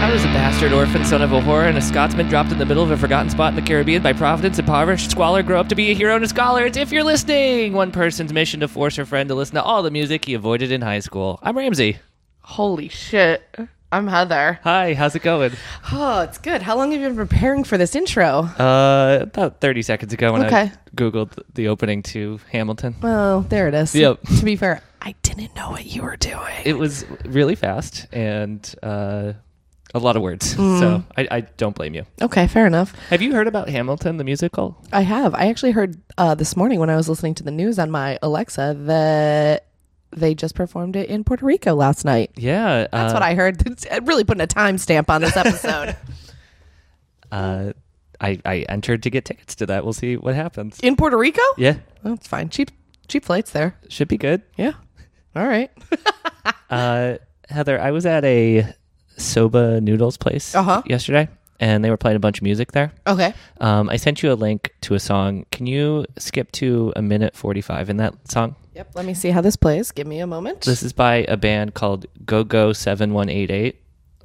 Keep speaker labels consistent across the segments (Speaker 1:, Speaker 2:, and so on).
Speaker 1: bastard orphan, son of a whore, and a Scotsman dropped in the middle of a forgotten spot in the Caribbean by providence, impoverished squalor, grow up to be a hero and a scholar. It's if you're listening. One person's mission to force her friend to listen to all the music he avoided in high school. I'm Ramsey.
Speaker 2: Holy shit. I'm Heather.
Speaker 1: Hi, how's it going?
Speaker 2: Oh, it's good. How long have you been preparing for this intro?
Speaker 1: Uh, about 30 seconds ago when I
Speaker 2: Okay.
Speaker 1: googled the opening to Hamilton.
Speaker 2: Well, there it is.
Speaker 1: Yep.
Speaker 2: To be fair, I didn't know what you were doing.
Speaker 1: It was really fast and uh, a lot of words,
Speaker 2: Mm.
Speaker 1: so I, I don't blame you.
Speaker 2: Okay, fair enough.
Speaker 1: Have you heard about Hamilton the musical?
Speaker 2: I have. I actually heard uh, this morning when I was listening to the news on my Alexa that they just performed it in Puerto Rico last night.
Speaker 1: Yeah, uh,
Speaker 2: That's what I heard. It's really putting a timestamp on this episode.
Speaker 1: Uh, I I entered to get tickets to that. We'll see what happens.
Speaker 2: in Puerto Rico?
Speaker 1: Yeah,
Speaker 2: That's fine. Cheap, cheap flights there.
Speaker 1: should be good.
Speaker 2: Yeah. All right.
Speaker 1: Uh, Heather, I was at a soba noodles place
Speaker 2: Uh-huh.
Speaker 1: yesterday, and they were playing a bunch of music there.
Speaker 2: Okay.
Speaker 1: Um, I sent you a link to a song. Can you skip to a minute forty-five in that song?
Speaker 2: Yep. Let me see how this plays. Give me a moment.
Speaker 1: This is by a band called Go Go Seven One Eight Eight.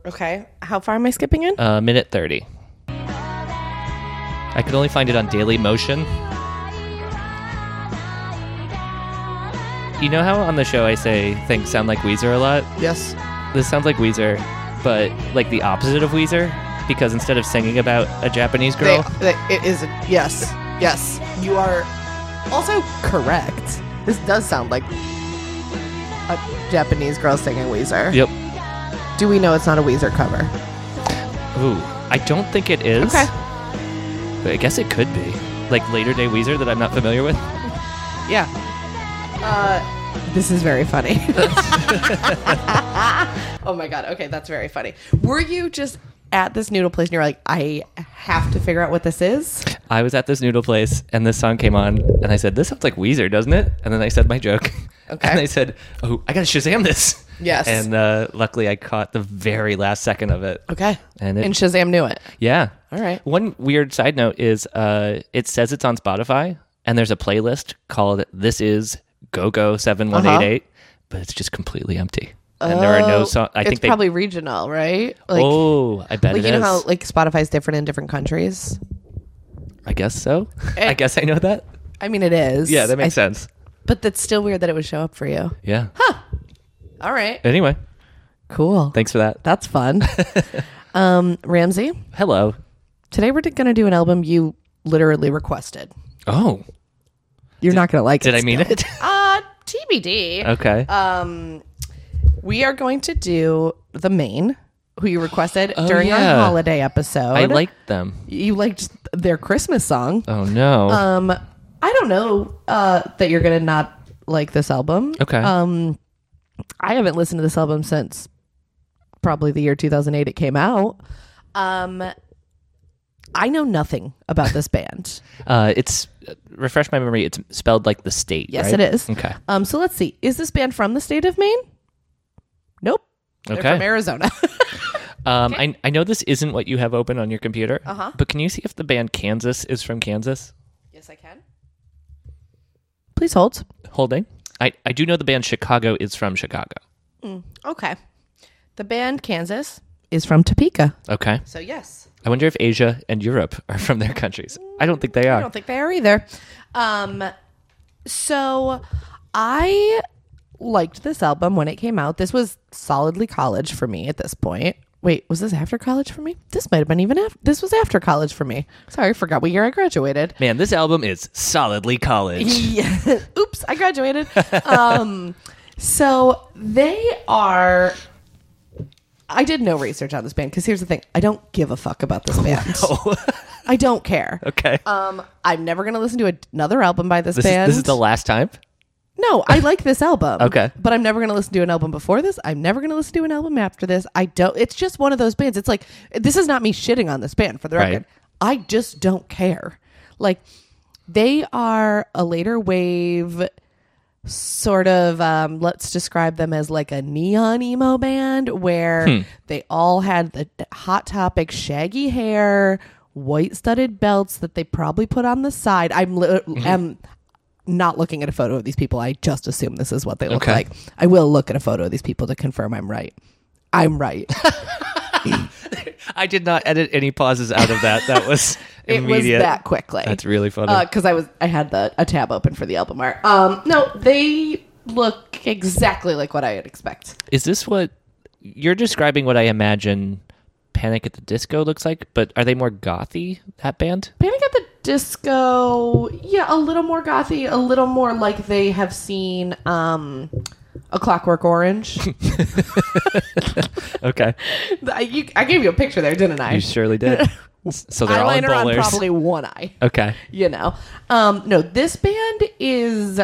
Speaker 2: okay. How far am I skipping in?
Speaker 1: Uh, minute 30. I could only find it on Daily Motion. You know how on the show I say things sound like Weezer a lot?
Speaker 2: Yes.
Speaker 1: This sounds like Weezer, but like the opposite of Weezer, because instead of singing about a Japanese girl,
Speaker 2: They, they, it is. Yes. Yes. You are also correct. This does sound like a Japanese girl singing Weezer.
Speaker 1: yep.
Speaker 2: Do we know it's not a Weezer cover?
Speaker 1: Ooh, I don't think it is.
Speaker 2: Okay.
Speaker 1: But I guess it could be. Like later day Weezer that I'm not familiar with.
Speaker 2: Yeah. Uh, this is very funny. oh my god. Okay, that's very funny. Were you just at this noodle place and you're like, I have to figure out what this is?
Speaker 1: I was at this noodle place and this song came on and I said, This sounds like Weezer, doesn't it? And then I said my joke.
Speaker 2: Okay.
Speaker 1: And I said, Oh, I gotta Shazam this.
Speaker 2: Yes.
Speaker 1: And uh, luckily I caught the very last second of it.
Speaker 2: Okay.
Speaker 1: And it-
Speaker 2: and Shazam knew it.
Speaker 1: Yeah.
Speaker 2: All right.
Speaker 1: One weird side note is uh, it says it's on Spotify and there's a playlist called This Is Go Go 7188, but it's just completely empty. And there are no
Speaker 2: Uh-huh. Oh,
Speaker 1: songs. I
Speaker 2: it's
Speaker 1: think they.
Speaker 2: probably regional, right? Like,
Speaker 1: oh, I bet
Speaker 2: like
Speaker 1: it
Speaker 2: you know how
Speaker 1: is.
Speaker 2: like Spotify's different in different countries.
Speaker 1: I guess so. I guess I know that.
Speaker 2: I mean, it is.
Speaker 1: Yeah, that makes
Speaker 2: eh. I-
Speaker 1: sense.
Speaker 2: But that's still weird that it would show up for you.
Speaker 1: Yeah.
Speaker 2: All right,
Speaker 1: Anyway,
Speaker 2: cool.
Speaker 1: thanks for that.
Speaker 2: That's fun. um, Ramsey,
Speaker 1: Hello.
Speaker 2: today we're going to do an album you literally requested.
Speaker 1: Oh,
Speaker 2: You're not going to like it.
Speaker 1: did I Uh, mean
Speaker 2: still.
Speaker 1: it?
Speaker 2: Uh, TBD.
Speaker 1: okay.
Speaker 2: Um, we are going to do the main who you requested during
Speaker 1: Oh, yeah.
Speaker 2: our holiday episode.
Speaker 1: I liked them.
Speaker 2: you liked their Christmas song.
Speaker 1: Oh no.
Speaker 2: Um, I don't know uh, that you're gonna not like this album.
Speaker 1: okay.
Speaker 2: Um, I haven't listened to this album since probably the year 2008 it came out. Um, I know nothing about this band.
Speaker 1: uh, it's refresh my memory. It's spelled like the state.
Speaker 2: Yes,
Speaker 1: right?
Speaker 2: it is.
Speaker 1: Okay.
Speaker 2: Um, so let's see. Is this band from the state of Maine? Nope. They're from
Speaker 1: Okay.
Speaker 2: Arizona.
Speaker 1: Um, I I know this isn't what you have open on your computer. Uh-huh. But can you see if the band Kansas is from Kansas?
Speaker 2: yes, I can. Please hold.
Speaker 1: Holding. I I do know the band Chicago is from Chicago.
Speaker 2: Okay. The band Kansas is from Topeka.
Speaker 1: Okay.
Speaker 2: So yes.
Speaker 1: I wonder if Asia and Europe are from their countries. I don't think they
Speaker 2: I
Speaker 1: are.
Speaker 2: don't think they are either. Um, so I liked this album when it came out. This was solidly college for me at this point. Wait, was this after college for me? This might have been even after. This was after college for me. Sorry, I forgot what year I graduated.
Speaker 1: Man, this album is solidly college.
Speaker 2: Yeah. Oops, I graduated. um, so they are. I did no research on this band because here's the thing: I don't give a fuck about this band. I don't care.
Speaker 1: okay.
Speaker 2: Um, I'm never gonna listen to a- another album by this,
Speaker 1: this is,
Speaker 2: band.
Speaker 1: this is the last time.
Speaker 2: no, I like this album.
Speaker 1: Okay.
Speaker 2: but I'm never gonna listen to an album before this. I'm never gonna listen to an album after this. I don't. It's just one of those bands. It's like this is not me shitting on this band for the
Speaker 1: Right.
Speaker 2: record. I just don't care. Like they are a later wave sort of um, let's describe them as like a neon emo band where
Speaker 1: Hmm.
Speaker 2: they all had the hot topic shaggy hair white studded belts that they probably put on the side i'm li-
Speaker 1: Mm-hmm.
Speaker 2: am not looking at a photo of these people i just assume this is what they look
Speaker 1: Okay.
Speaker 2: like i will look at a photo of these people to confirm i'm right i'm right
Speaker 1: I did not edit any pauses out of that. That was
Speaker 2: It was
Speaker 1: immediate.
Speaker 2: that Uh, quickly.
Speaker 1: That's really funny.
Speaker 2: because I was I had the a tab open for the album art. Um, no, they look exactly like what I would expect.
Speaker 1: Is this what you're describing? What I imagine Panic at the Disco looks like, but are they more gothy? That band?
Speaker 2: Panic at the Disco, yeah, a little more gothy, a little more like they have seen um, a Clockwork Orange.
Speaker 1: Okay,
Speaker 2: I, you, I gave you a picture there, didn't I?
Speaker 1: you surely did. So they're all in
Speaker 2: Eyeliner on
Speaker 1: bowlers.
Speaker 2: probably one eye.
Speaker 1: Okay,
Speaker 2: you know. Um, no, this band is.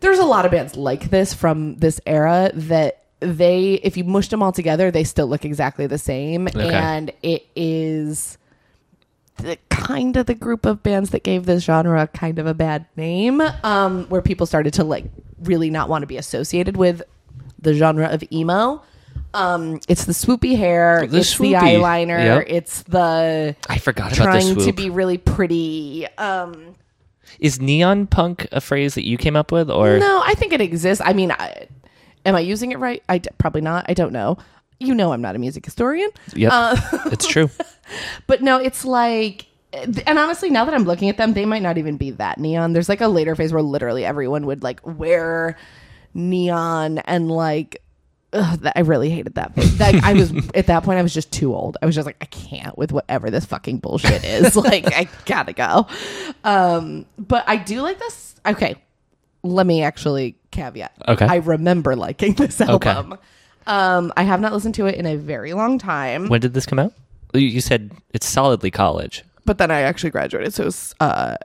Speaker 2: There's a lot of bands like this from this era that they, if you mushed them all together, they still look exactly the same.
Speaker 1: Okay.
Speaker 2: And it is the kind of the group of bands that gave this genre kind of a bad name, um, where people started to like really not want to be associated with the genre of emo. Um, it's the swoopy hair,
Speaker 1: The
Speaker 2: it's
Speaker 1: swoopy.
Speaker 2: the eyeliner,
Speaker 1: Yep.
Speaker 2: it's the
Speaker 1: I forgot about the
Speaker 2: trying
Speaker 1: swoop.
Speaker 2: to be really pretty. Um,
Speaker 1: Is neon punk a phrase that you came up with, or
Speaker 2: no, I think it exists. I mean, I, am I using it right? I d- probably not. I don't know. You know, I'm not a music historian,
Speaker 1: Yep,
Speaker 2: uh,
Speaker 1: it's true.
Speaker 2: but no, it's like. And honestly, now that I'm looking at them, they might not even be that neon. There's like a later phase where literally everyone would like wear neon and like. Ugh, that, I really hated that. phase. Like I was at that point, I was just too old. I was just like, I can't with whatever this fucking bullshit is. like, I gotta go. Um, but I do like this. Okay, let me actually caveat.
Speaker 1: Okay.
Speaker 2: I remember liking this album. Um, I have not listened to it in a very long time.
Speaker 1: When did this come out? You- You said it's solidly college.
Speaker 2: but then I actually graduated, so it was uh,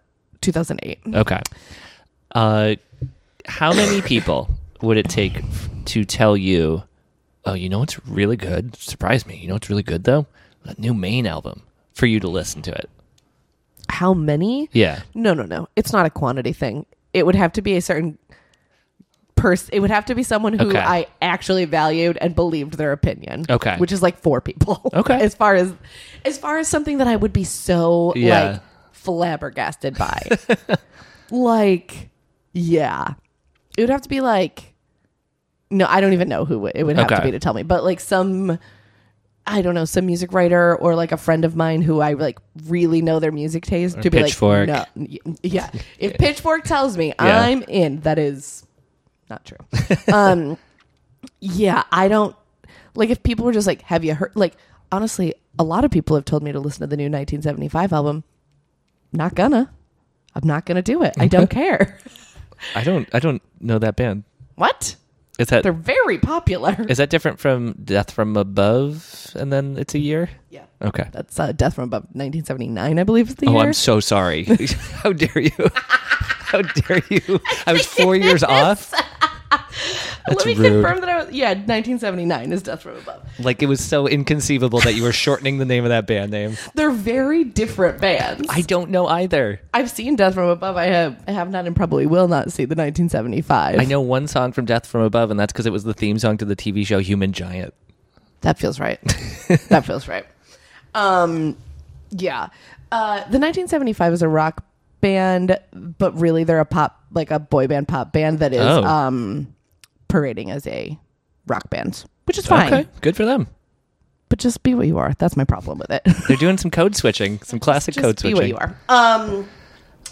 Speaker 2: 2008.
Speaker 1: Okay. Uh, how many people would it take f- to tell you, oh, you know what's really good? Surprise me. You know what's really good, though? That new main album for you to listen to it.
Speaker 2: How many?
Speaker 1: Yeah.
Speaker 2: No, no, no. It's not a quantity thing. It would have to be a certain person. It would have to be someone who
Speaker 1: Okay.
Speaker 2: I actually valued and believed their opinion.
Speaker 1: Okay.
Speaker 2: which is like four people.
Speaker 1: Okay.
Speaker 2: as far as as far as something that I would be so
Speaker 1: Yeah.
Speaker 2: like flabbergasted by, like yeah, it would have to be like no, I don't even know who it would have to
Speaker 1: Okay.
Speaker 2: be to tell me, but like some. I don't know, some music writer or like a friend of mine who I like really know their music taste to be
Speaker 1: Pitchfork.
Speaker 2: like, no, y- yeah. If Pitchfork tells me
Speaker 1: Yeah.
Speaker 2: I'm in, that is not true. um, yeah, I don't like if people were just like, have you heard? Like, honestly, a lot of people have told me to listen to the new 1975 album. Not gonna. I'm not gonna do it. I don't care.
Speaker 1: I don't. I don't know that band.
Speaker 2: What?
Speaker 1: Is that
Speaker 2: They're very popular.
Speaker 1: is that different from Death from Above? And then it's a year.
Speaker 2: yeah.
Speaker 1: Okay.
Speaker 2: That's uh, Death from Above 1979, I believe is the
Speaker 1: Oh,
Speaker 2: year.
Speaker 1: I'm so sorry. How dare you? How dare you? I was four years off. That's
Speaker 2: Let me
Speaker 1: rude.
Speaker 2: confirm that I was. Yeah, 1979 is Death from Above.
Speaker 1: Like it was so inconceivable that you were shortening the name of that band name.
Speaker 2: They're very different bands.
Speaker 1: I don't know either.
Speaker 2: I've seen Death from Above. I have, I have not and probably will not see the 1975.
Speaker 1: I know one song from Death from Above, and that's because it was the theme song to the TV show Human Giant.
Speaker 2: That feels right. that feels right. Um, yeah. Uh, the 1975 is a rock band, but really they're a pop, like a boy band pop band that is
Speaker 1: Oh.
Speaker 2: um, parading as a rock band, which is fine.
Speaker 1: Okay, good for them.
Speaker 2: But just be what you are. That's my problem with it.
Speaker 1: They're doing some code switching, some classic code
Speaker 2: be
Speaker 1: switching.
Speaker 2: what you are. Um,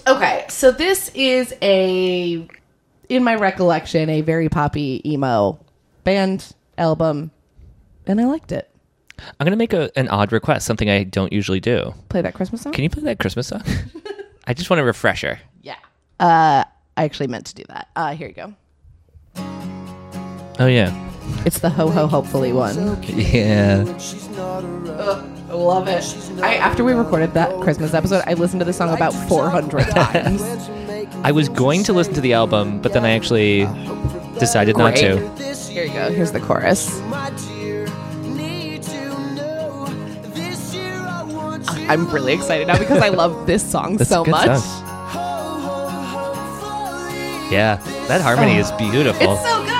Speaker 2: okay, so this is a, in my recollection, a very poppy emo band album, and I liked it.
Speaker 1: I'm gonna make a, an odd request, something I don't usually do.
Speaker 2: Play that Christmas song.
Speaker 1: Can you play that Christmas song? I just want a refresher.
Speaker 2: yeah. Uh, I actually meant to do that. Uh, here you go.
Speaker 1: Oh yeah,
Speaker 2: It's the ho ho hopefully one.
Speaker 1: yeah.
Speaker 3: She's not around.
Speaker 2: I love it. I after we recorded that Christmas episode, I listened to this song about 400 times.
Speaker 1: I was going to listen to the album, but then I actually decided not
Speaker 2: Great.
Speaker 1: to.
Speaker 2: Here you go. Here's the chorus. I'm really excited now because I love this song
Speaker 1: That's a
Speaker 2: so
Speaker 1: good
Speaker 2: much.
Speaker 1: song. Yeah, that harmony is beautiful.
Speaker 2: It's so good.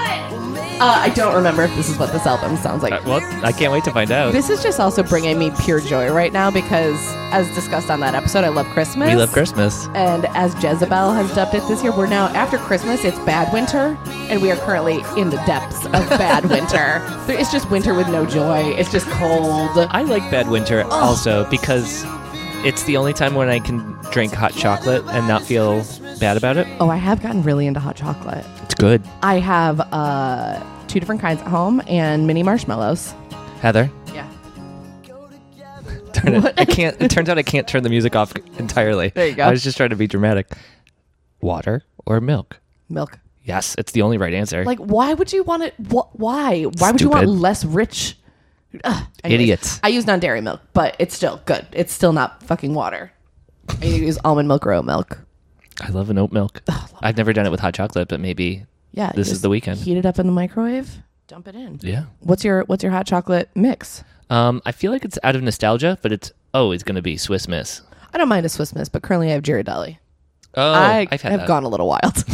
Speaker 2: Uh, I don't remember if this is what this album sounds like.
Speaker 1: Uh, well, I can't wait to find out.
Speaker 2: This is just also bringing me pure joy right now because, as discussed on that episode, I love Christmas.
Speaker 1: We love Christmas.
Speaker 2: And as Jezebel has dubbed it this year, we're now after Christmas. It's bad winter, and we are currently in the depths of bad winter. There- It's just winter with no joy. It's just cold.
Speaker 1: I like Bad Winter also because it's the only time when I can drink hot chocolate and not feel bad about it.
Speaker 2: Oh, I have gotten really into hot chocolate.
Speaker 1: It's good.
Speaker 2: I have uh, two different kinds at home and mini marshmallows.
Speaker 1: Heather,
Speaker 2: Yeah.
Speaker 1: turn it. I can't. It turns out I can't turn the music off entirely.
Speaker 2: There you go.
Speaker 1: I was just trying to be dramatic. Water or milk?
Speaker 2: Milk.
Speaker 1: Yes, it's the only right answer.
Speaker 2: Like, why would you want it? Wh- why? Why would you want
Speaker 1: Stupid.
Speaker 2: less rich? Ugh. Anyways,
Speaker 1: Idiots.
Speaker 2: I use non-dairy milk, but it's still good. It's still not fucking water. I use almond milk or oat milk.
Speaker 1: I love an oat milk.
Speaker 2: Oh,
Speaker 1: I've never done it with hot chocolate, but maybe.
Speaker 2: Yeah.
Speaker 1: This is
Speaker 2: just
Speaker 1: the weekend.
Speaker 2: Heat it up in the microwave. Dump it in.
Speaker 1: Yeah.
Speaker 2: What's your What's your hot chocolate mix?
Speaker 1: Um, I feel like it's out of nostalgia, but it's always going to be Swiss Miss.
Speaker 2: I don't mind a Swiss Miss, but currently I have Ghirardelli.
Speaker 1: Oh,
Speaker 2: I
Speaker 1: have had
Speaker 2: have
Speaker 1: that.
Speaker 2: gone a little wild.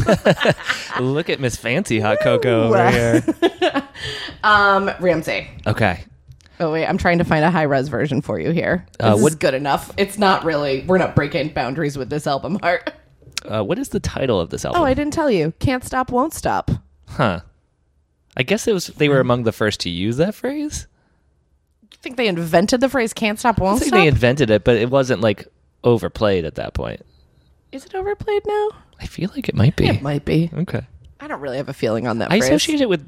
Speaker 1: Look at Miss Fancy Hot Cocoa
Speaker 2: uh,
Speaker 1: over here.
Speaker 2: um, Ramsey.
Speaker 1: Okay.
Speaker 2: Oh wait, I'm trying to find a high res version for you here.
Speaker 1: Uh,
Speaker 2: this is
Speaker 1: what-
Speaker 2: good enough. It's not really. We're not breaking boundaries with this album art.
Speaker 1: Uh, what is the title of this album?
Speaker 2: Oh, I didn't tell you. Can't stop, won't stop.
Speaker 1: huh. I guess it was they
Speaker 2: Hmm.
Speaker 1: were among the first to use that phrase.
Speaker 2: I think they invented the phrase "can't stop,
Speaker 1: I
Speaker 2: won't
Speaker 1: think
Speaker 2: stop."
Speaker 1: they invented it, but it wasn't like overplayed at that point.
Speaker 2: Is it overplayed now?
Speaker 1: I feel like it might be.
Speaker 2: It might be.
Speaker 1: Okay.
Speaker 2: I don't really have a feeling on that.
Speaker 1: I
Speaker 2: phrase.
Speaker 1: associate it with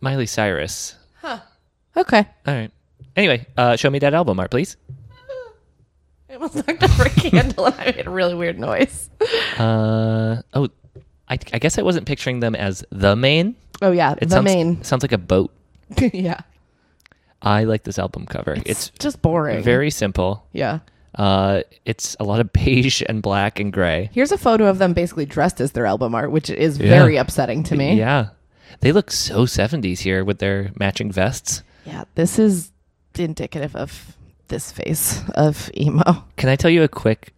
Speaker 1: Miley Cyrus.
Speaker 2: Okay.
Speaker 1: All right. Anyway, uh, show me that album art, please.
Speaker 2: I almost knocked over a candle and I made a really weird noise.
Speaker 1: Uh, oh, I, I guess I wasn't picturing them as the main.
Speaker 2: Oh yeah,
Speaker 1: It
Speaker 2: the
Speaker 1: sounds,
Speaker 2: main.
Speaker 1: sounds like a boat.
Speaker 2: yeah,
Speaker 1: I like this album cover. It's,
Speaker 2: just boring.
Speaker 1: very simple.
Speaker 2: yeah.
Speaker 1: Uh, it's a lot of beige and black and gray.
Speaker 2: Here's a photo of them basically dressed as their album art, which is
Speaker 1: Yeah.
Speaker 2: very upsetting to me.
Speaker 1: Yeah. They look so 70s here with their matching vests.
Speaker 2: Yeah, this is indicative of this phase of emo.
Speaker 1: Can I tell you a quick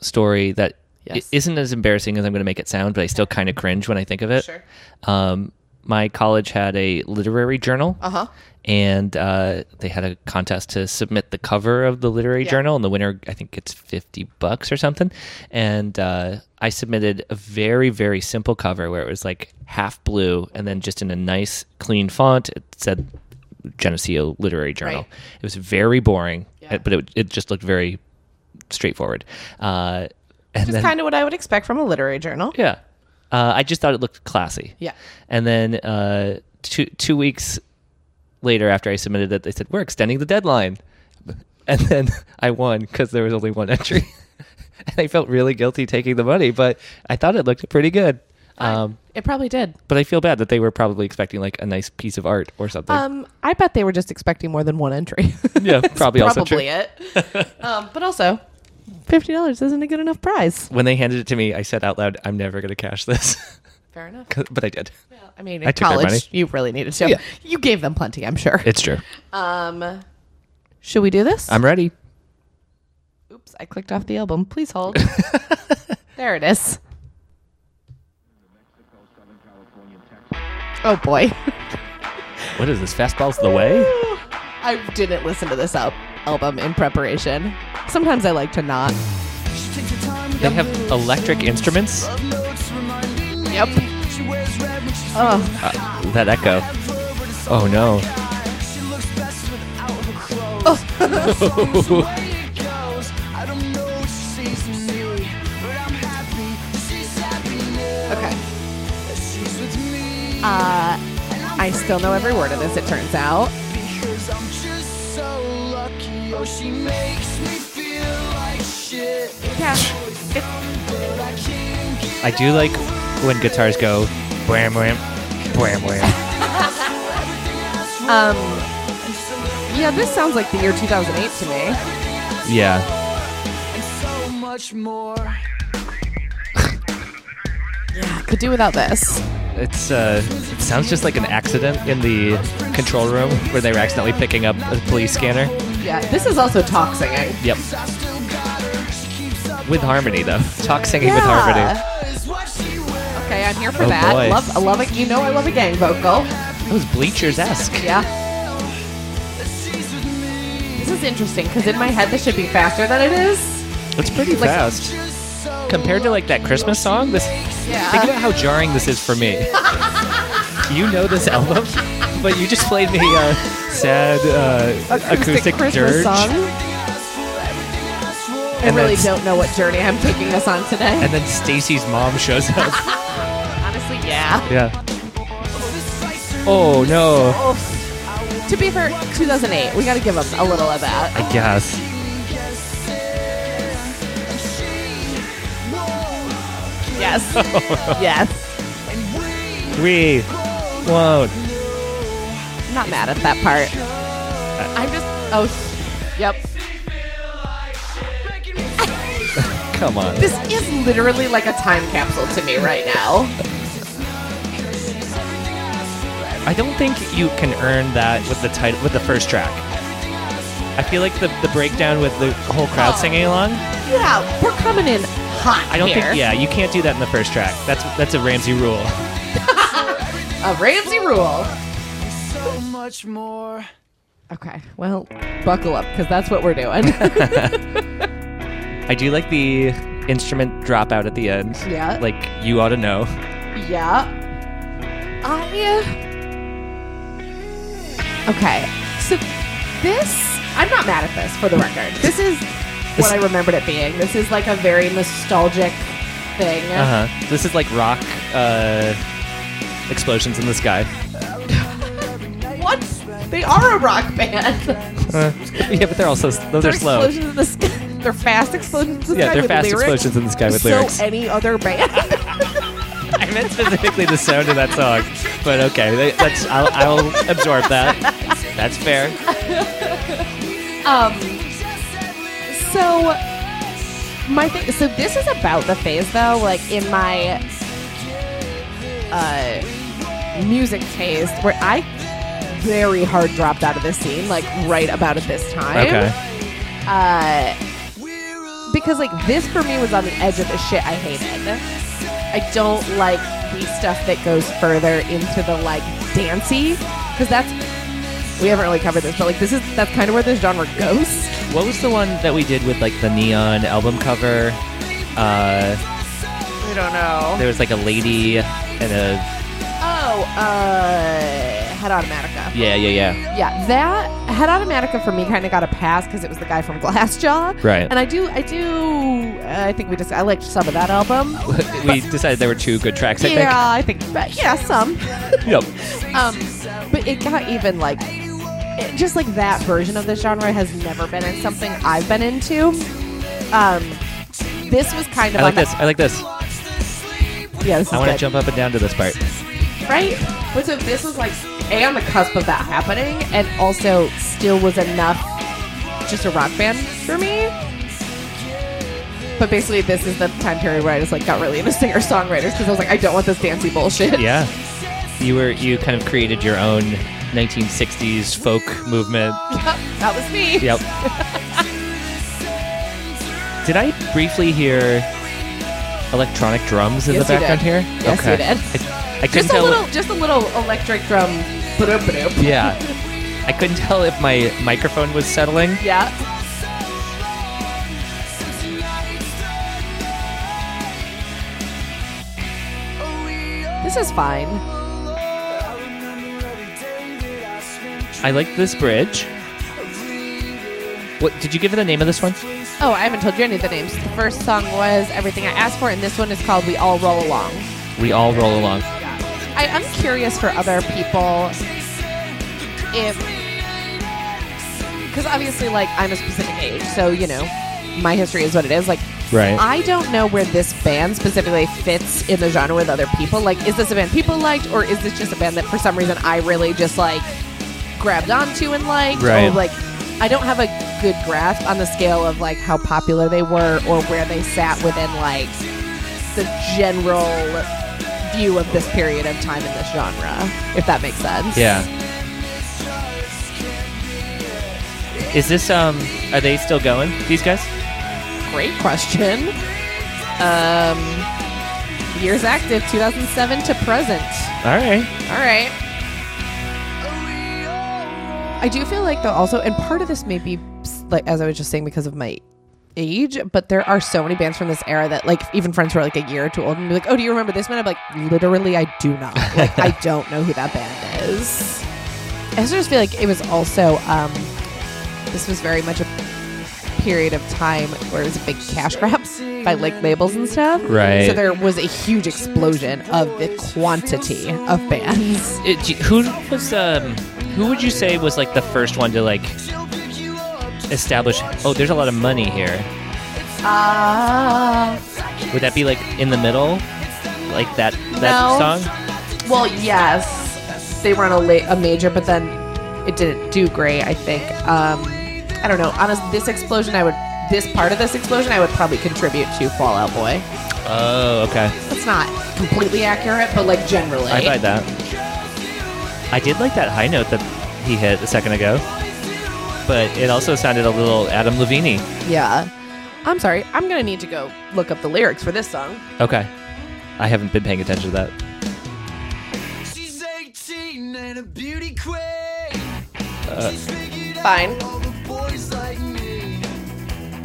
Speaker 1: story that i-
Speaker 2: Yes.
Speaker 1: isn't as embarrassing as I'm going to make it sound, but I still kind of cringe when I think of it?
Speaker 2: Sure.
Speaker 1: Um, my college had a literary journal.
Speaker 2: Uh-huh.
Speaker 1: And uh, they had a contest to submit the cover of the literary
Speaker 2: Yeah.
Speaker 1: journal, and the winner, I think, gets 50 bucks or something. And uh, I submitted a very, very simple cover where it was like half blue and then just in a nice, clean font. It said Geneseo Literary Journal.
Speaker 2: Right.
Speaker 1: It was very boring,
Speaker 2: Yeah.
Speaker 1: but it, it just looked very straightforward. Uh, and
Speaker 2: Which is
Speaker 1: then,
Speaker 2: kind of what I would expect from a literary journal.
Speaker 1: yeah. Uh, I just thought it looked classy.
Speaker 2: Yeah.
Speaker 1: And then uh, two two weeks later, after I submitted it, they said we're extending the deadline, and then I won because there was only one entry, and I felt really guilty taking the money, but I thought it looked pretty good. Um,
Speaker 2: It probably did.
Speaker 1: but I feel bad that they were probably expecting like a nice piece of art or something.
Speaker 2: Um, I bet they were just expecting more than one entry.
Speaker 1: yeah, probably also true.
Speaker 2: probably it. um, but also, fifty dollars isn't a good enough prize.
Speaker 1: When they handed it to me, I said out loud, "I'm never going to cash this,"
Speaker 2: Fair enough.
Speaker 1: but I did.
Speaker 2: Well, I mean,
Speaker 1: I
Speaker 2: in
Speaker 1: took their money.
Speaker 2: college, you really needed to.
Speaker 1: Yeah.
Speaker 2: You gave them plenty, I'm sure.
Speaker 1: It's true.
Speaker 2: Um, should we do this?
Speaker 1: I'm ready.
Speaker 2: Oops, I clicked off the album. Please hold. there it is. Oh boy,
Speaker 1: What is this? Fastballs the way.
Speaker 2: I didn't listen to this al- album in preparation. Sometimes I like to not.
Speaker 1: They have electric instruments.
Speaker 2: Yep. Oh,
Speaker 1: Uh, that echo. Oh no.
Speaker 2: okay. Uh, I still know every word of this. It turns out. Yeah.
Speaker 1: I do like when guitars go wham wham wham wham.
Speaker 2: Um. Yeah, this sounds like the year 2008 to me.
Speaker 1: Yeah.
Speaker 2: Could do without this.
Speaker 1: It's uh it sounds just like an accident in the control room where they were accidentally picking up a police scanner.
Speaker 2: Yeah, this is also talk singing.
Speaker 1: Yep. With harmony though. Talk singing with
Speaker 2: Yeah.
Speaker 1: harmony.
Speaker 2: Okay, I I'm here for
Speaker 1: Oh,
Speaker 2: that.
Speaker 1: boy.
Speaker 2: Love, I love it. You know, I love a gang vocal.
Speaker 1: That was bleachers esque.
Speaker 2: Yeah. This is interesting because in my head this should be faster than it is.
Speaker 1: It's pretty
Speaker 2: Like-
Speaker 1: fast. Compared to like that Christmas song, this
Speaker 2: Yeah.
Speaker 1: think about how jarring this is for me. you know this album, but you just played the uh, sad uh, acoustic, dirge.
Speaker 2: I
Speaker 1: And
Speaker 2: really
Speaker 1: that's-
Speaker 2: don't know what journey I'm taking us on today.
Speaker 1: And then Stacy's mom shows up.
Speaker 2: Honestly, yeah.
Speaker 1: yeah. Oh no.
Speaker 2: To be fair, 2008. We got to give them a little of that.
Speaker 1: I guess.
Speaker 2: Yes. yes.
Speaker 1: We won't.
Speaker 2: I'm not mad at that part. I'm just. Oh. Yep.
Speaker 1: Come on.
Speaker 2: This is literally like a time capsule to me right now.
Speaker 1: I don't think you can earn that with the title with the first track. I feel like the, the breakdown with the whole crowd singing along.
Speaker 2: Yeah, we're coming in hot.
Speaker 1: I don't
Speaker 2: here.
Speaker 1: think. Yeah, you can't do that in the first track. That's that's a Ramsey rule.
Speaker 2: A Ramsey rule.
Speaker 3: so much more.
Speaker 2: Okay, well, buckle up because that's what we're doing.
Speaker 1: I do like the instrument dropout at the end.
Speaker 2: Yeah.
Speaker 1: Like you ought to know.
Speaker 2: yeah. I. Okay, so this. I'm not mad at this for the record. This is what I remembered it being. This is like a very nostalgic thing.
Speaker 1: Uh huh. This is like rock uh, explosions in the sky.
Speaker 2: What? They are a rock band.
Speaker 1: yeah, but they're also those
Speaker 2: They're
Speaker 1: are slow.
Speaker 2: explosions in the sky. They're fast explosions in the
Speaker 1: Yeah,
Speaker 2: sky
Speaker 1: they're
Speaker 2: with
Speaker 1: fast
Speaker 2: lyrics.
Speaker 1: explosions in the sky with
Speaker 2: so
Speaker 1: lyrics.
Speaker 2: any other band.
Speaker 1: I meant specifically the sound of that song, but okay, they- that's I'll, I'll absorb that. That's fair.
Speaker 2: Um, so my thing. So this is about the phase, though. Like in my uh, music taste, where I very hard dropped out of this scene, like right about at this time.
Speaker 1: Okay.
Speaker 2: Uh, because like this for me was on the edge of the shit I hated. I don't like the stuff that goes further into the like dancey, because that's we haven't really covered this, but like this is that's kind of where this genre goes.
Speaker 1: What was the one that we did with like the neon album cover? Uh,
Speaker 2: I don't know.
Speaker 1: there was like a lady and a
Speaker 2: Oh, uh, Head Automatica.
Speaker 1: yeah, yeah, yeah.
Speaker 2: Yeah, that Head Automatica for me kind of got a pass because it was the guy from Glassjaw.
Speaker 1: Right.
Speaker 2: And I do, I do, uh, I think we just, I liked some of that album.
Speaker 1: we decided there were two good tracks. I
Speaker 2: yeah, I think, but yeah, some.
Speaker 1: think. Yep.
Speaker 2: um, but it got even like, it, just like that version of the genre has never been in something I've been into. Um, this was kind of
Speaker 1: I like
Speaker 2: on the-
Speaker 1: this. I like this.
Speaker 2: Yeah, this is
Speaker 1: I want to
Speaker 2: good.
Speaker 1: jump up and down to this part.
Speaker 2: right? But so this was like a on the cusp of that happening, and also still was enough, just a rock band for me. But basically, this is the time period where I just like got really into singer songwriters because I was like, I don't want this dancey bullshit.
Speaker 1: Yeah. You were you kind of created your own 1960s folk movement.
Speaker 2: that was me.
Speaker 1: Yep. did I briefly hear electronic drums in
Speaker 2: Yes,
Speaker 1: the
Speaker 2: you
Speaker 1: background
Speaker 2: did.
Speaker 1: here?
Speaker 2: Yes, you
Speaker 1: okay.
Speaker 2: did.
Speaker 1: I, I couldn't
Speaker 2: Just a
Speaker 1: tell.
Speaker 2: little, just a little electric drum. Ba-doop, ba-doop.
Speaker 1: yeah. I couldn't tell if my microphone was settling.
Speaker 2: Yeah. This is fine.
Speaker 1: I like this bridge. What did you give it the name of this one?
Speaker 2: Oh, I haven't told you any of the names. The first song was Everything I Asked For, and this one is called We All Roll Along.
Speaker 1: We all roll along.
Speaker 2: I, I'm curious for other people if. Because obviously, like, I'm a specific age, so, you know, my history is what it is. Like,
Speaker 1: Right.
Speaker 2: I don't know where this band specifically fits in the genre with other people. Like, is this a band people liked, or is this just a band that for some reason I really just, like, grabbed onto and liked? Or,
Speaker 1: Right.
Speaker 2: like, I don't have a good grasp on the scale of, like, how popular they were or where they sat within, like, the general view of this period of time in this genre, if that makes sense.
Speaker 1: Yeah. Is this um? Are they still going? These guys?
Speaker 2: Great question. Um, years active 2007 to present.
Speaker 1: All right.
Speaker 2: All right. I do feel like though also, and part of this may be like as I was just saying because of my age, but there are so many bands from this era that like even friends who are like a year or two old and be like, oh, do you remember this band? I'm like, literally, I do not. Like, I don't know who that band is. I also just feel like it was also um, this was very much a period of time where it was a big cash grab by like labels and stuff.
Speaker 1: Right.
Speaker 2: So there was a huge explosion of the quantity of bands.
Speaker 1: It, do- who was um, who would you say was like the first one to like establish? Oh, there's a lot of money here.
Speaker 2: Ah.
Speaker 1: Would that be like in the middle, like that that
Speaker 2: No.
Speaker 1: song?
Speaker 2: Well, yes, they were on a, la- a major, but then it didn't do great. I think. Um, I don't know. Honest, this explosion, I would. This part of this explosion, I would probably contribute to Fallout Boy.
Speaker 1: Oh, okay.
Speaker 2: That's not completely accurate, but like generally.
Speaker 1: I buy that. I did like that high note that he hit a second ago, but it also sounded a little Adam Levine.
Speaker 2: yeah. I'm sorry. I'm gonna need to go look up the lyrics for this song.
Speaker 1: Okay, I haven't been paying attention to that.
Speaker 3: She's 18 and a beauty queen. She's figured out
Speaker 2: Fine.
Speaker 3: all the boys like me.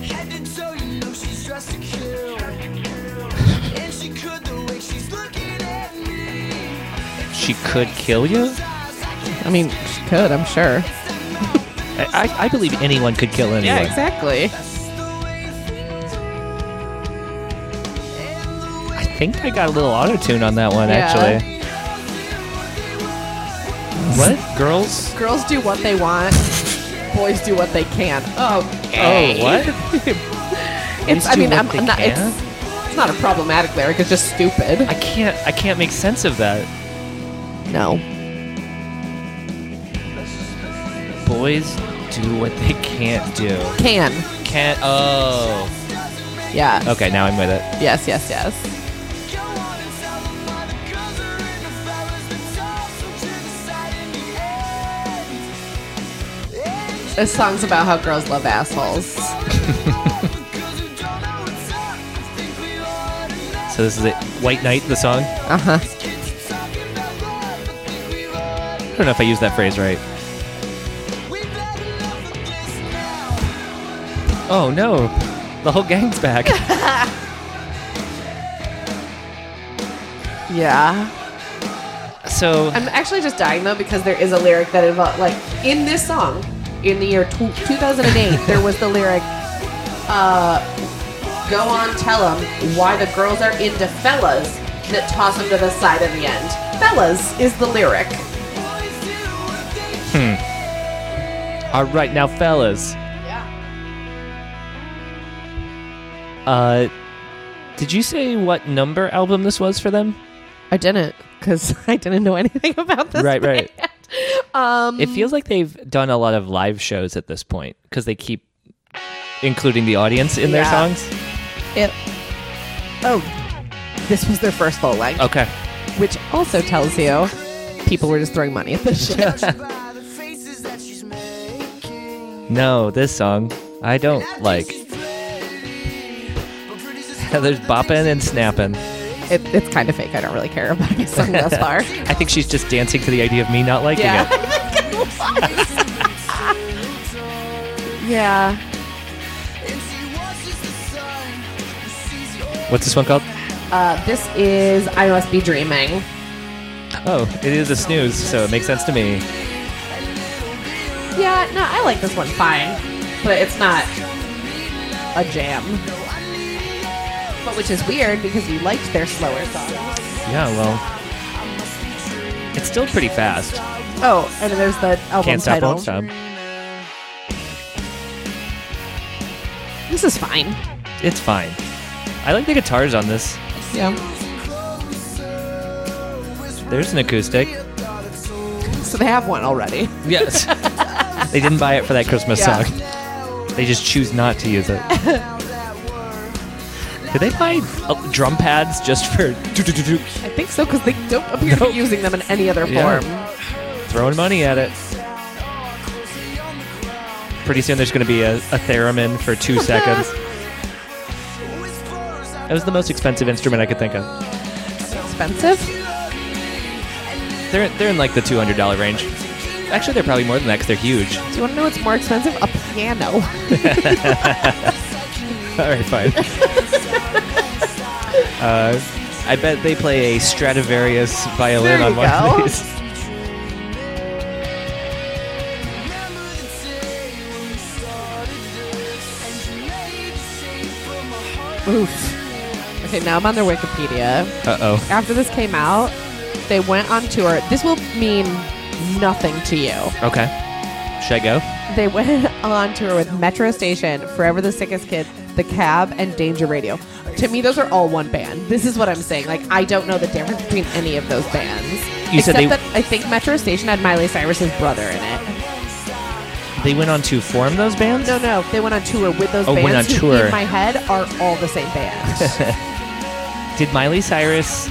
Speaker 3: Head to toe, you know she's dressed to kill. and she could the way she's looking at me.
Speaker 1: She could kill you.
Speaker 2: I mean, she could. I'm sure.
Speaker 1: I, I, I believe anyone could kill anyone.
Speaker 2: Yeah, exactly.
Speaker 3: It's the way things and the
Speaker 1: I
Speaker 3: way
Speaker 1: think I got a little auto tune on that one
Speaker 2: Yeah.
Speaker 1: actually. What girls?
Speaker 2: Girls do what they want. Boys do what they can. Okay.
Speaker 1: Oh, what?
Speaker 2: It's.
Speaker 1: Boys
Speaker 2: I
Speaker 1: do
Speaker 2: mean,
Speaker 1: what
Speaker 2: I'm,
Speaker 1: they
Speaker 2: I'm not.
Speaker 1: can?
Speaker 2: It's, it's not a problematic lyric. It's just stupid.
Speaker 1: I can't. I can't make sense of that.
Speaker 2: No.
Speaker 1: Boys do what they can't do.
Speaker 2: Can.
Speaker 1: Can't. Oh.
Speaker 2: Yeah.
Speaker 1: Okay, now I'm with it.
Speaker 2: Yes, yes, yes.
Speaker 3: Go on and tell them all the girls are in the fellas themselves. From to the side in the end. And
Speaker 2: This song's about how girls love assholes.
Speaker 3: girls who don't know what's up think we ought to know.
Speaker 1: So this is it. White Knight, the song.
Speaker 2: Uh huh.
Speaker 3: Kids are talking about love, but think we ought
Speaker 1: I don't know if I used that phrase right.
Speaker 3: to- We've had enough of this now.
Speaker 1: Oh no, the whole gang's back.
Speaker 2: Yeah.
Speaker 1: so
Speaker 2: I'm actually just dying though because there is a lyric that involves, like, in this song, in the year tw 2008, there was the lyric, uh, go on, tell them why the girls are into fellas that toss them to the side in the end. Fellas is the lyric.
Speaker 1: all right now, fellas.
Speaker 2: Yeah.
Speaker 1: Uh, did you say what number album this was for them?
Speaker 2: I didn't because I didn't know anything about this.
Speaker 1: Right, right.
Speaker 2: Um,
Speaker 1: It feels like they've done a lot of live shows at this point because they keep including the audience in their
Speaker 2: Yeah.
Speaker 1: songs.
Speaker 2: It. Oh, this was their first full length,
Speaker 1: Okay.
Speaker 2: which also tells you people were just throwing money at this shit.
Speaker 3: By the faces that she's making.
Speaker 1: No, this song I don't like.
Speaker 3: She's pretty, but pretty's just
Speaker 1: Heather's bopping and snapping.
Speaker 2: it, it's kind of fake. I don't really care about his song thus far.
Speaker 1: I think she's just dancing to the idea of me not liking
Speaker 2: yeah.
Speaker 1: it.
Speaker 2: yeah.
Speaker 3: And she watches the sun and sees you
Speaker 1: What's this one called?
Speaker 2: Uh, this is I Must Be Dreaming.
Speaker 1: Oh, it is a snooze, so it makes sense to me.
Speaker 2: Yeah, no, I like this one fine, but it's not a jam. But which is weird because you liked their slower songs.
Speaker 1: Yeah, well, it's still pretty fast.
Speaker 2: Oh, and there's the album
Speaker 1: Can't stop,
Speaker 2: title.
Speaker 1: won't stop.
Speaker 2: This is fine.
Speaker 1: It's fine. I like the guitars on this.
Speaker 2: Yeah.
Speaker 1: There's an acoustic.
Speaker 2: So they have one already.
Speaker 1: Yes. they didn't buy it for that Christmas
Speaker 2: Yeah.
Speaker 1: song. They just choose not to use it. Did they buy uh, drum pads just for
Speaker 2: I think so because they don't appear to
Speaker 1: Nope.
Speaker 2: be using them in any other
Speaker 1: Yeah.
Speaker 2: form.
Speaker 1: throwing money at it? Pretty soon there's going to be a, a theremin for two seconds. That was the most expensive instrument I could think of.
Speaker 2: expensive?
Speaker 1: They're they're in like the two hundred dollar range. Actually, they're probably more than that because they're huge.
Speaker 2: Do you want to know what's more expensive? A piano.
Speaker 1: All right, fine. uh, I bet they play a Stradivarius violin
Speaker 2: There
Speaker 1: on
Speaker 2: you
Speaker 1: one
Speaker 2: go.
Speaker 1: of these.
Speaker 2: Oof. Okay, now I'm on their Wikipedia.
Speaker 1: Uh oh.
Speaker 2: After this came out, they went on tour. This will mean nothing to you.
Speaker 1: Okay. Should I go?
Speaker 2: They went on tour with Metro Station, Forever the Sickest Kid, The Cab, and Danger Radio. To me, those are all one band. This is what I'm saying. Like, I don't know the difference between any of those bands.
Speaker 1: You
Speaker 2: Except
Speaker 1: said they-
Speaker 2: that I think Metro Station had Miley Cyrus's brother in it.
Speaker 1: They went on to form those bands.
Speaker 2: No, no, they went on tour with those
Speaker 1: Oh,
Speaker 2: bands.
Speaker 1: went on
Speaker 2: who,
Speaker 1: tour. Uh.
Speaker 2: In my head, are all the same band.
Speaker 1: Did Miley Cyrus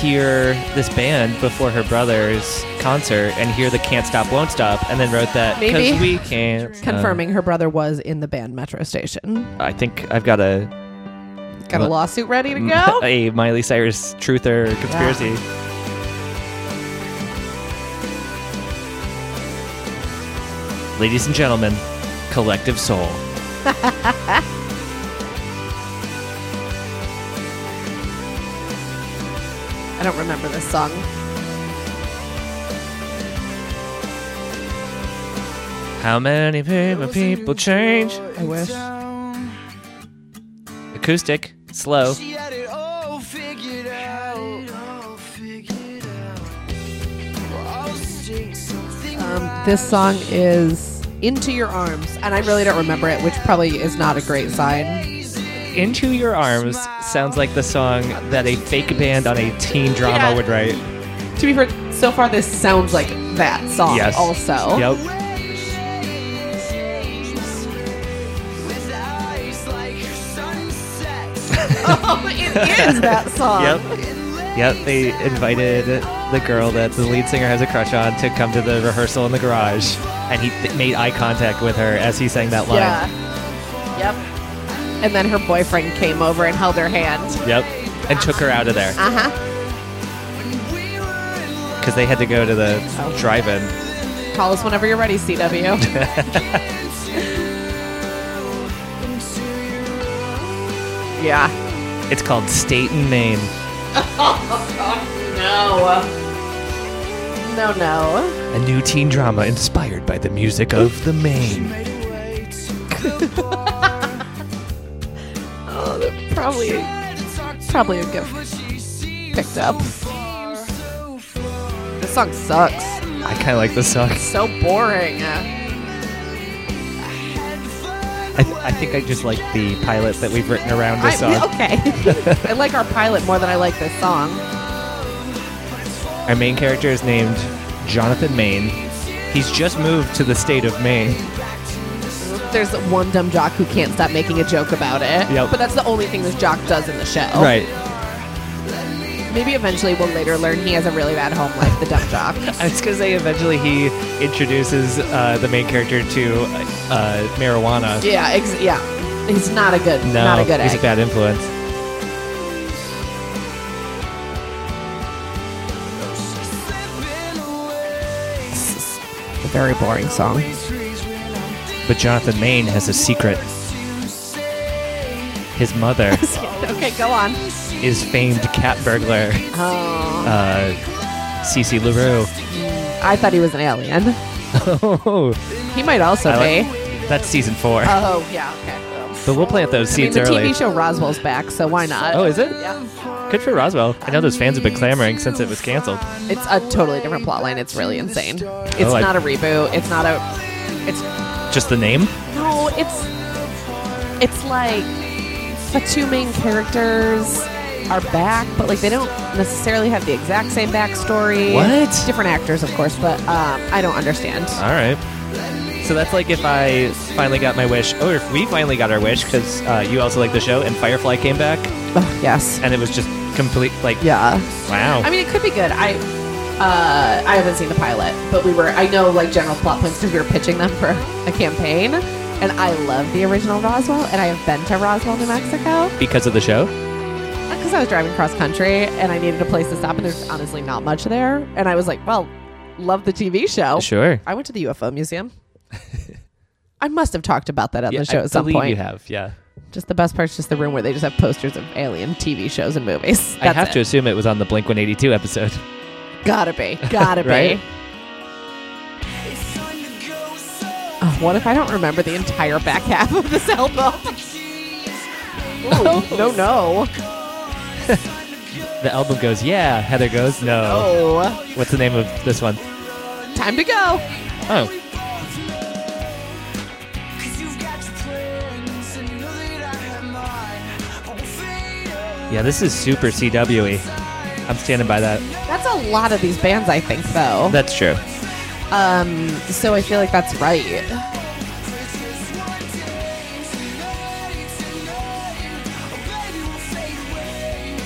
Speaker 1: hear this band before her brother's concert and hear the "Can't Stop, Won't Stop" and then wrote that
Speaker 2: Maybe.
Speaker 1: because we can't. stop."
Speaker 2: Confirming her brother was in the band Metro Station.
Speaker 1: I think I've got a
Speaker 2: Got a
Speaker 1: What? Mm.
Speaker 2: lawsuit ready to go?
Speaker 1: a Miley Cyrus truth or conspiracy. Ladies and gentlemen, Collective Soul.
Speaker 2: I don't remember this song.
Speaker 1: How many people, people change?
Speaker 2: I wish.
Speaker 1: Acoustic, slow.
Speaker 3: She had it all figured out.
Speaker 1: Oh.
Speaker 3: All figured out. Well, I'll say something
Speaker 2: Um, this song is Into Your Arms, and I really don't remember it, which probably is not a great sign.
Speaker 1: Into Your Arms sounds like the song that a fake band on a teen drama
Speaker 2: Yeah.
Speaker 1: would write.
Speaker 2: To be fair, so far this sounds like that song
Speaker 1: Yes.
Speaker 2: also.
Speaker 1: Yep.
Speaker 3: with eyes like sunset.
Speaker 2: Oh, it is that song.
Speaker 1: Yep. Yep. They invited the girl that the lead singer has a crush on to come to the rehearsal in the garage, and he th- made eye contact with her as he sang that line.
Speaker 2: Yeah. Yep. And then her boyfriend came over and held her hand.
Speaker 1: Yep. And took her out of there
Speaker 2: Uh huh.
Speaker 1: because they had to go to the
Speaker 2: Oh.
Speaker 1: drive-in.
Speaker 2: Call us whenever you're ready, CW. yeah.
Speaker 1: It's called State in Maine.
Speaker 2: No. No, no.
Speaker 1: A new teen drama inspired by the music of the Maine.
Speaker 2: Oh, that probably probably would get picked up. This song sucks.
Speaker 1: I kind of like this song.
Speaker 2: So boring. Uh,
Speaker 1: I, th- I think I just like the pilot that we've written around
Speaker 2: I,
Speaker 1: this song.
Speaker 2: okay. I like our pilot more than I like this song.
Speaker 1: Our main character is named Jonathan Maine. He's just moved to the state of Maine.
Speaker 2: There's one dumb jock who can't stop making a joke about it.
Speaker 1: Yep.
Speaker 2: But that's the only thing this jock does in the show. Maybe eventually we'll later learn he has a really bad home life, the dumb jock.
Speaker 1: I was gonna say eventually he introduces uh, the main character to uh, marijuana.
Speaker 2: yeah, ex- yeah. He's not a good
Speaker 1: No,
Speaker 2: not a good
Speaker 1: he's
Speaker 2: egg.
Speaker 1: a bad influence.
Speaker 2: a very boring song.
Speaker 1: But Jonathan Maine has a secret. His mother
Speaker 2: okay, go on.
Speaker 1: is famed cat burglar
Speaker 2: Oh,
Speaker 1: uh, Cece LaRue.
Speaker 2: I thought he was an alien.
Speaker 1: Oh,
Speaker 2: He might also
Speaker 1: I like-
Speaker 2: be.
Speaker 1: that's season four.
Speaker 2: Oh, yeah, okay.
Speaker 1: but we'll plant those
Speaker 2: I mean,
Speaker 1: seeds
Speaker 2: the
Speaker 1: early.
Speaker 2: TV show Roswell's back, so why not?
Speaker 1: Oh, is it?
Speaker 2: Yeah.
Speaker 1: Good for Roswell. I know those fans have been clamoring since it was canceled.
Speaker 2: It's a totally different plot line. It's really insane. It's
Speaker 1: Oh, I-
Speaker 2: not a reboot. It's not a. It's
Speaker 1: Just the name?
Speaker 2: no. It's it's like the two main characters are back, but like they don't necessarily have the exact same backstory.
Speaker 1: What?
Speaker 2: Different actors, of course, but um, I don't understand.
Speaker 1: All right. So that's like if I finally got my wish, or if we finally got our wish, because uh, you also like the show, and Firefly came back,
Speaker 2: Ugh, yes.
Speaker 1: and it was just complete, like,
Speaker 2: Yeah.
Speaker 1: wow.
Speaker 2: I mean, it could be good. I. Uh, I haven't seen the pilot, but we were, I know like general plot points because we were pitching them for a campaign. And I love the original Roswell, and I have been to Roswell, New Mexico.
Speaker 1: because of the show?
Speaker 2: Because I was driving cross country and I needed a place to stop, and there's honestly not much there. And I was like, well, love the TV show.
Speaker 1: Sure.
Speaker 2: I went to the UFO museum. I must have talked about that on
Speaker 1: Yeah,
Speaker 2: the show
Speaker 1: I
Speaker 2: at some
Speaker 1: believe you
Speaker 2: point.
Speaker 1: have. Yeah.
Speaker 2: Just the best part's just the room where they just have posters of alien TV shows and movies.
Speaker 1: I have to assume it was on the Blink 182 episode.
Speaker 2: Gotta be. Gotta
Speaker 1: Right?
Speaker 2: be. Oh, what if I don't remember the entire back half of this album? Oh, no, no.
Speaker 1: The album goes, yeah. Heather goes, no.
Speaker 2: Oh,
Speaker 1: What's the name of this one?
Speaker 2: time to go.
Speaker 1: Oh, yeah. This is super CW -y. I'm standing by that.
Speaker 2: That's a lot of these bands, I think, though.
Speaker 1: That's true.
Speaker 2: Um, so I feel like that's right.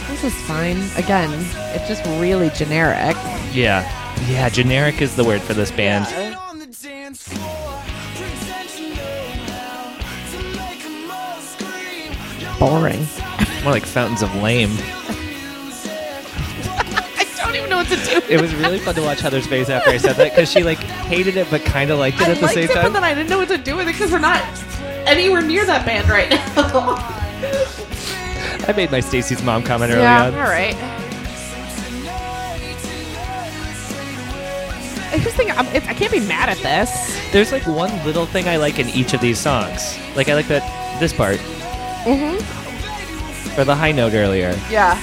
Speaker 2: This is fine. Again, it's just really generic.
Speaker 1: Yeah. Yeah. Generic is the word for this band.
Speaker 3: On the dance floor, pretend you know how to make 'em all scream. You're
Speaker 2: Boring.
Speaker 1: More like Fountains of Lame.
Speaker 2: I don't even know what to do.
Speaker 1: It was really fun to watch Heather's face after I said that because she like hated it but kind of liked it
Speaker 2: I
Speaker 1: at the
Speaker 2: liked
Speaker 1: same
Speaker 2: it, but
Speaker 1: time.
Speaker 2: then I didn't know what to do with it because we're not anywhere near that band right now.
Speaker 1: I made my Stacy's mom comment early
Speaker 2: yeah,
Speaker 1: on.
Speaker 2: all right. I just think I'm, it, I can't be mad at this.
Speaker 1: There's like one little thing I like in each of these songs. Like I like that this part
Speaker 2: Mm-hmm.
Speaker 1: or the high note earlier,
Speaker 2: Yeah.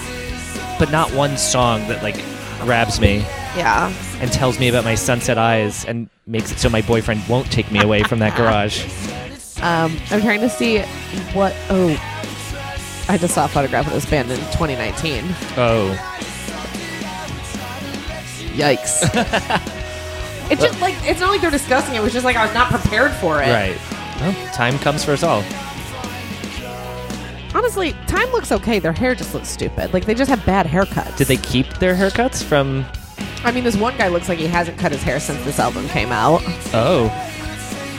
Speaker 1: but not one song that like grabs me
Speaker 2: Yeah.
Speaker 1: and tells me about my sunset eyes and makes it so my boyfriend won't take me away from that garage.
Speaker 2: Um, I'm trying to see what. Oh, I just saw a photograph of this band in 2019.
Speaker 1: Oh,
Speaker 2: Yikes. it just like it's not like they're discussing it. It was just like I was not prepared for it.
Speaker 1: right. Well, time comes for us all.
Speaker 2: Honestly, time looks okay. Their hair just looks stupid. Like they just have bad haircuts.
Speaker 1: Did they keep their haircuts from?
Speaker 2: I mean, this one guy looks like he hasn't cut his hair since this album came out.
Speaker 1: Oh,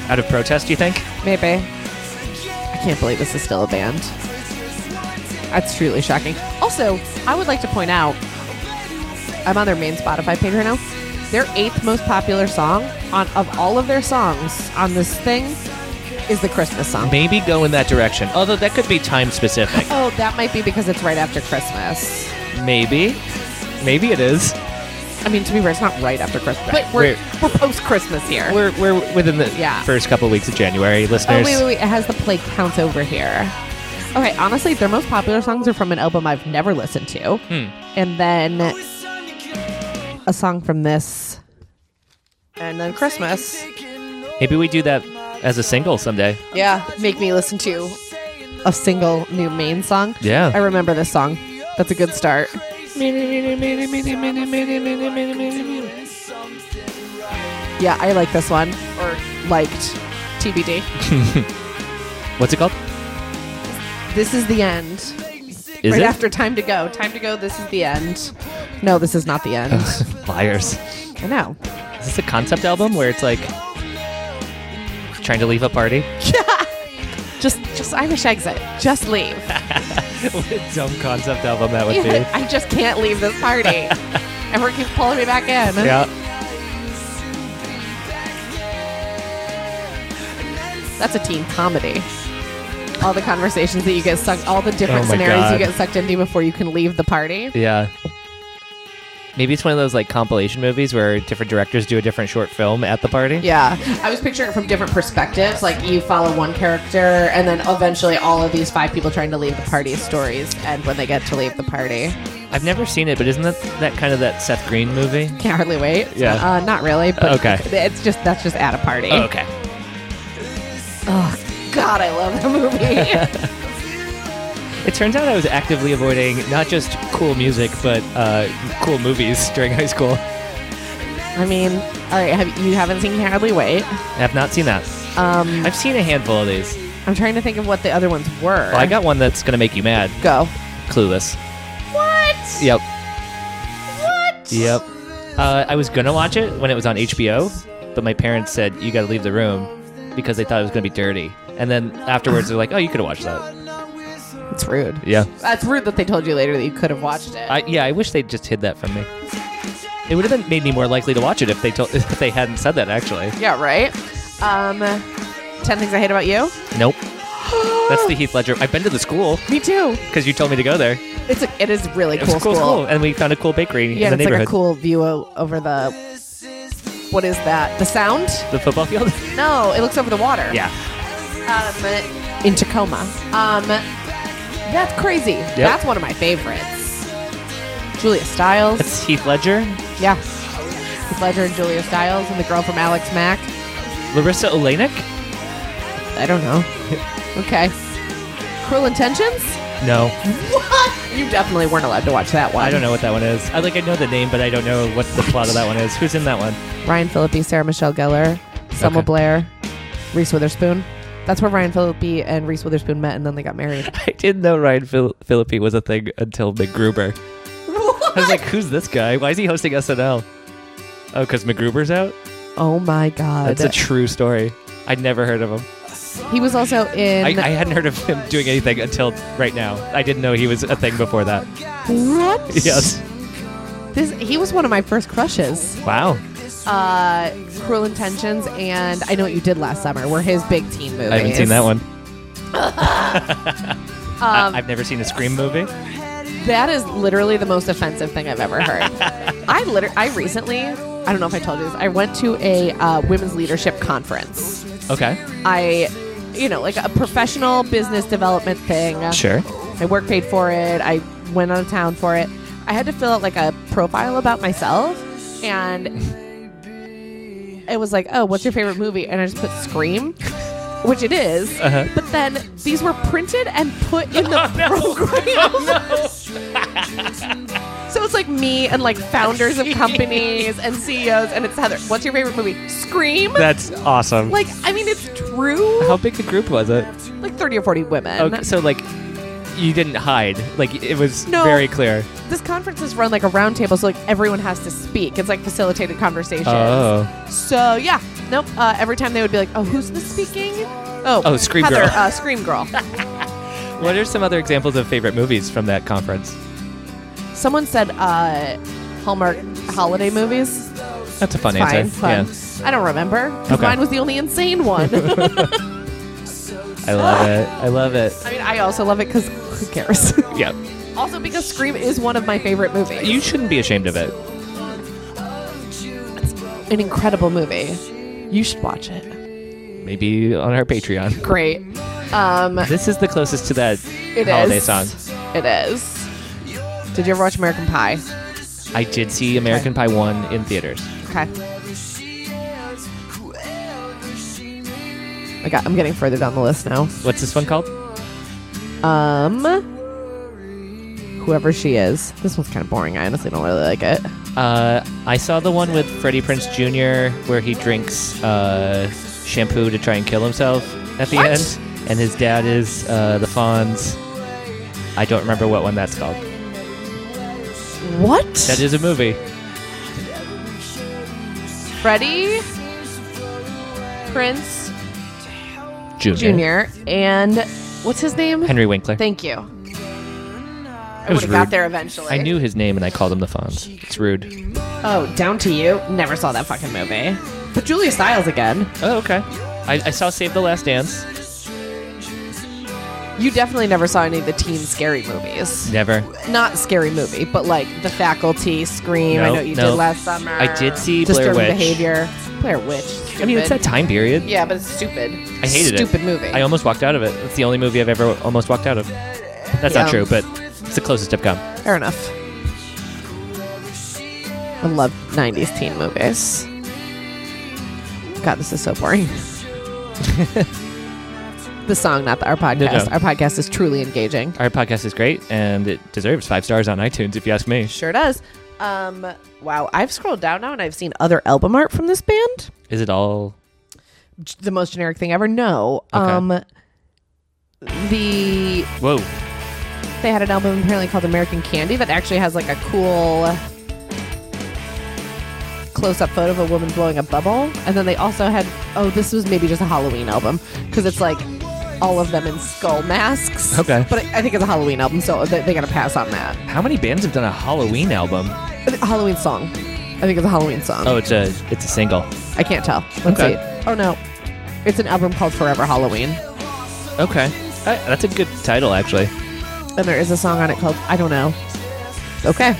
Speaker 1: out of protest, you think?
Speaker 2: Maybe. I can't believe this is still a band. That's truly shocking. Also, I would like to point out I'm on their main Spotify page right now. Their eighth most popular song on of all of their songs on this thing is the Christmas song.
Speaker 1: Maybe go in that direction. Although that could be time specific.
Speaker 2: Oh, that might be because it's right after Christmas.
Speaker 1: Maybe. Maybe it is.
Speaker 2: I mean, to be fair, it's not right after Christmas, but we're, we're post Christmas here.
Speaker 1: We're, we're within the
Speaker 2: Yeah.
Speaker 1: first couple weeks of January,
Speaker 2: Oh,
Speaker 1: listeners.
Speaker 2: wait, wait, wait. It has the play count over here. Okay, honestly, their most popular songs are from an album I've never listened to. And then a song from this. And then Christmas.
Speaker 1: Maybe we do that as a single someday.
Speaker 2: Yeah. Make me listen to a single new main song.
Speaker 1: Yeah.
Speaker 2: I remember this song. That's a good start. Yeah, I like this one. Or liked. TBD.
Speaker 1: What's it called?
Speaker 2: This is the end.
Speaker 1: Is
Speaker 2: right
Speaker 1: it?
Speaker 2: after Time to Go. Time to Go, this is the end. No, this is not the end.
Speaker 1: Liars.
Speaker 2: I know.
Speaker 1: Is this a concept album where it's like trying to leave a party?
Speaker 2: Just just Irish exit. Just leave.
Speaker 1: what a dumb concept album that would
Speaker 2: Yeah, I just can't leave this party. Everyone keeps pulling me back in.
Speaker 1: be. Yeah.
Speaker 2: That's a teen comedy. All the conversations that you get sucked, all the different
Speaker 1: Oh my
Speaker 2: scenarios you
Speaker 1: God.
Speaker 2: get sucked into before you can leave the party.
Speaker 1: Yeah. Maybe it's one of those like compilation movies where different directors do a different short film at the party.
Speaker 2: Yeah. I was picturing it from different perspectives. Like you follow one character, and then eventually all of these five people trying to leave the party stories end when they get to leave the party.
Speaker 1: I've never seen it, but isn't that that kind of that Seth Green movie?
Speaker 2: Can't hardly wait.
Speaker 1: Yeah.
Speaker 2: Uh, not really, but
Speaker 1: Okay.
Speaker 2: it's just, that's just at a party.
Speaker 1: Oh, okay.
Speaker 2: God, I love that movie.
Speaker 1: It turns out I was actively avoiding not just cool music, but uh, cool movies during high school.
Speaker 2: I mean, all right, have, you haven't seen Can't Hardly Wait.
Speaker 1: I've not seen that.
Speaker 2: Um,
Speaker 1: I've seen a handful of these.
Speaker 2: I'm trying to think of what the other ones were.
Speaker 1: Well, I got one that's going to make you mad.
Speaker 2: go.
Speaker 1: Clueless.
Speaker 2: What?
Speaker 1: Yep. What? Yep. Uh, I was going to watch it when it was on HBO, but my parents said, you got to leave the room because they thought it was going to be dirty. And then afterwards, they're like, oh, you could have watched that.
Speaker 2: It's rude.
Speaker 1: Yeah.
Speaker 2: That's rude that they told you later that you could have watched it.
Speaker 1: I, yeah, I wish they'd just hid that from me. It would have been made me more likely to watch it if they told if they hadn't said that. Actually,
Speaker 2: yeah, right. Um, ten things I hate about you.
Speaker 1: nope. That's the Heath Ledger. I've been to the school
Speaker 2: Me too.
Speaker 1: because you told me to go there.
Speaker 2: It's a, it is really
Speaker 1: It
Speaker 2: cool,
Speaker 1: was a cool
Speaker 2: school.
Speaker 1: school, and we found a cool bakery
Speaker 2: Yeah,
Speaker 1: in the
Speaker 2: it's like a
Speaker 1: neighborhood.
Speaker 2: cool view o- over the
Speaker 3: This is the
Speaker 2: what is that? The sound?
Speaker 1: The football field.
Speaker 2: No, it looks over the water.
Speaker 1: yeah,
Speaker 2: Um, in Tacoma. Um, that's crazy. That's one of my favorites. Julia Stiles.
Speaker 1: that's Heath Ledger,
Speaker 2: yeah. Heath Ledger and Julia Stiles and the girl from Alex Mack.
Speaker 1: Larissa Olenek.
Speaker 2: I don't know. Okay. Cruel Intentions?
Speaker 1: No,
Speaker 2: What? You definitely weren't allowed to watch that one.
Speaker 1: I don't know what that one is. I like I know the name, but I don't know what the plot of that one is. Who's in that one?
Speaker 2: Ryan Phillippe, Sarah Michelle Gellar, Selma
Speaker 1: Okay.
Speaker 2: Blair, Reese Witherspoon. That's where Ryan Phillippe and Reese Witherspoon met, and then they got married.
Speaker 1: I didn't know Ryan Phil- Phillippe was a thing until McGruber. I was like, who's this guy? Why is he hosting SNL? Oh, because McGruber's out.
Speaker 2: oh my god!
Speaker 1: That's a true story. I'd never heard of him.
Speaker 2: he was also in.
Speaker 1: I, I hadn't heard of him doing anything until right now. I didn't know he was a thing before that.
Speaker 2: what?
Speaker 1: Yes.
Speaker 2: This he was one of my first crushes.
Speaker 1: Wow.
Speaker 2: Uh, Cruel Intentions and I Know What You Did Last Summer were his big teen movies.
Speaker 1: I haven't seen that one.
Speaker 2: Um,
Speaker 1: I've never seen a Scream movie.
Speaker 2: That is literally the most offensive thing I've ever heard. I liter- I recently, I don't know if I told you this. I went to a uh, women's leadership conference.
Speaker 1: Okay.
Speaker 2: I, you know, like a professional business development thing.
Speaker 1: Sure.
Speaker 2: My work paid for it. I went out of town for it. I had to fill out like a profile about myself, and it was like, oh, what's your favorite movie? And I just put Scream. Which it is,
Speaker 1: Uh-huh. Oh,
Speaker 2: but then these were printed and put in the program. So it's like me and like founders of companies and CEOs, and it's Heather. What's your favorite movie? Scream.
Speaker 1: That's awesome.
Speaker 2: like, I mean, it's true.
Speaker 1: How big the group was it?
Speaker 2: Like thirty or forty women.
Speaker 1: Uh-huh. Okay, so like, you didn't hide. Like it was
Speaker 2: No.
Speaker 1: very clear.
Speaker 2: This conference is run like a round table, so like everyone has to speak. It's like facilitated conversations.
Speaker 1: Oh.
Speaker 2: So yeah, nope. Uh, every time they would be like, "Oh, who's the speaking?" Oh,
Speaker 1: Oh, Scream
Speaker 2: Heather,
Speaker 1: Girl.
Speaker 2: Uh, Scream girl.
Speaker 1: What are some other examples of favorite movies from that conference?
Speaker 2: Someone said uh, Hallmark holiday movies.
Speaker 1: That's a fun
Speaker 2: Fine,
Speaker 1: answer.
Speaker 2: fun. I don't remember. 'cause
Speaker 1: Okay.
Speaker 2: Mine was the only insane one.
Speaker 1: Yeah. I love it. I love it.
Speaker 2: I mean, I also love it because who cares?
Speaker 1: Yeah.
Speaker 2: Also, because Scream is one of my favorite movies.
Speaker 1: You shouldn't be ashamed of it.
Speaker 2: An incredible movie. You should watch it.
Speaker 1: Maybe on our Patreon.
Speaker 2: Great. Um,
Speaker 1: This is the closest to that
Speaker 2: it
Speaker 1: holiday
Speaker 2: is-
Speaker 1: song.
Speaker 2: It is. Did you ever watch American Pie?
Speaker 1: I did see American Pie 1 in theaters.
Speaker 2: Okay.
Speaker 3: whoever she may be.
Speaker 2: I got, I'm getting further down the list now.
Speaker 1: What's this one called?
Speaker 2: Um, whoever she is. This one's kind of boring. I honestly don't really like it.
Speaker 1: Uh, I saw the one with Freddie Prince Jr. where he drinks uh, shampoo to try and kill himself at the
Speaker 2: What?
Speaker 1: end, and his dad is uh, the Fonz. I don't remember what one that's called.
Speaker 2: What?
Speaker 1: That is a movie.
Speaker 2: Freddie, Prince
Speaker 1: Junior.
Speaker 2: Jr., and what's his name?
Speaker 1: Henry Winkler.
Speaker 2: Thank you. I
Speaker 1: was
Speaker 2: would have got
Speaker 1: rude.
Speaker 2: there eventually.
Speaker 1: I knew his name and I called him the Fonz. It's rude.
Speaker 2: Oh, Down to You. Never saw that fucking movie. But Julia Stiles again.
Speaker 1: Oh, okay. I, I saw Save the Last Dance.
Speaker 2: You definitely never saw any of the teen scary movies.
Speaker 1: Never.
Speaker 2: Not scary movie, but like The Faculty, Scream. I
Speaker 1: No,
Speaker 2: know what you
Speaker 1: no.
Speaker 2: did last summer.
Speaker 1: I did see Blair
Speaker 2: Disturbing
Speaker 1: Witch.
Speaker 2: Behavior. Blair Witch. Stupid.
Speaker 1: I mean, it's that time period.
Speaker 2: Yeah, but it's stupid.
Speaker 1: I hated it.
Speaker 2: Stupid movie.
Speaker 1: I almost walked out of it. It's the only movie I've ever almost walked out of. That's
Speaker 2: Yeah.
Speaker 1: not true, but it's the closest I've come.
Speaker 2: Fair enough. I love 90s teen movies. God, this is so boring. the song, not the, our
Speaker 1: no.
Speaker 2: podcast. Our podcast is truly engaging.
Speaker 1: Our podcast is great, and it deserves five stars on iTunes, if you ask me.
Speaker 2: Sure does. Um, wow, I've scrolled down now and I've seen other album art from this band.
Speaker 1: Is it all?
Speaker 2: J- The most generic thing ever. No.
Speaker 1: Okay.
Speaker 2: Um, the
Speaker 1: Whoa!
Speaker 2: they had an album apparently called American Candy that actually has like a cool close up photo of a woman blowing a bubble. And then they also had, oh, this was maybe just a Halloween album because it's like all of them in skull masks.
Speaker 1: Okay.
Speaker 2: But I I think it's a Halloween album, so they, they got to pass on that.
Speaker 1: How many bands have done a Halloween album?
Speaker 2: I think- Halloween song. I think it's a Halloween song.
Speaker 1: Oh, it's a it's a single.
Speaker 2: I can't tell. Let's
Speaker 1: Okay.
Speaker 2: see. Oh, no. It's an album called Forever Halloween.
Speaker 1: Okay, Uh, that's a good title actually.
Speaker 2: And there is a song on it called I Don't Know. Okay.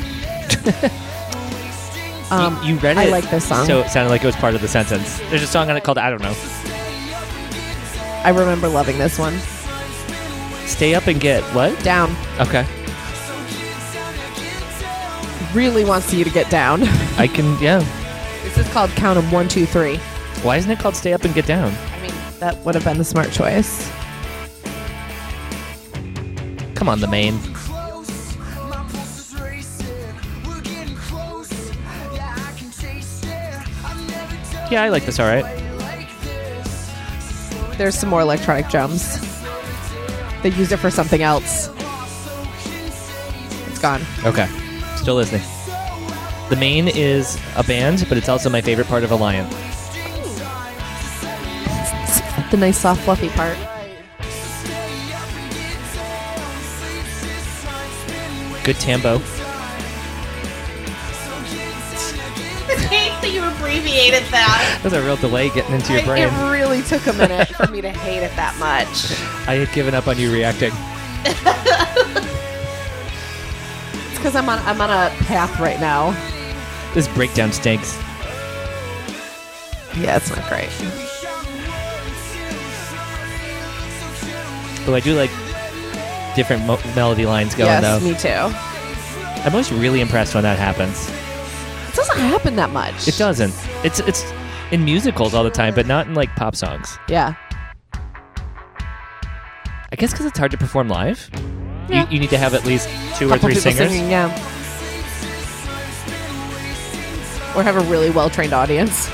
Speaker 2: um,
Speaker 1: you, you read it.
Speaker 2: I like this song.
Speaker 1: So it sounded like it was part of the sentence. There's a song on it called I don't know.
Speaker 2: I remember loving this one.
Speaker 1: Stay up and get what?
Speaker 2: Down.
Speaker 1: Okay,
Speaker 2: Really wants you to get down.
Speaker 1: I can. Yeah.
Speaker 2: this is called Count 'em One, Two, Three.
Speaker 1: Why isn't it called Stay Up and Get Down?
Speaker 2: I mean, that would have been the smart choice.
Speaker 1: Come on, the main.
Speaker 3: close. My pulse is racing. We're getting close. Yeah, I can taste it. I've never done
Speaker 1: Yeah, I like this. All right.
Speaker 3: it like this.
Speaker 2: There's some more electronic drums. They used it for something else. It's gone.
Speaker 1: Okay. Still listening. The main is a band, but it's also my favorite part of a lion.
Speaker 2: The nice soft fluffy part.
Speaker 1: Good tambo.
Speaker 4: I hate that you abbreviated that.
Speaker 1: That was a real delay getting into your brain.
Speaker 2: It really took a minute for me to hate it that much.
Speaker 1: I had given up on you reacting.
Speaker 2: It's because I'm on I'm on a path right now.
Speaker 1: This breakdown stinks.
Speaker 2: Yeah, it's not great.
Speaker 1: But I do like different mo- melody lines going
Speaker 2: yes,
Speaker 1: though.
Speaker 2: me too.
Speaker 1: I'm always really impressed when that happens.
Speaker 2: It doesn't happen that much.
Speaker 1: It doesn't. It's it's in musicals all the time, but not in like pop songs.
Speaker 2: Yeah.
Speaker 1: I guess because it's hard to perform live.
Speaker 2: Yeah.
Speaker 1: You, you need to have at least two or
Speaker 2: Couple
Speaker 1: three
Speaker 2: people
Speaker 1: singers.
Speaker 2: singing, yeah. Or have a really well trained audience.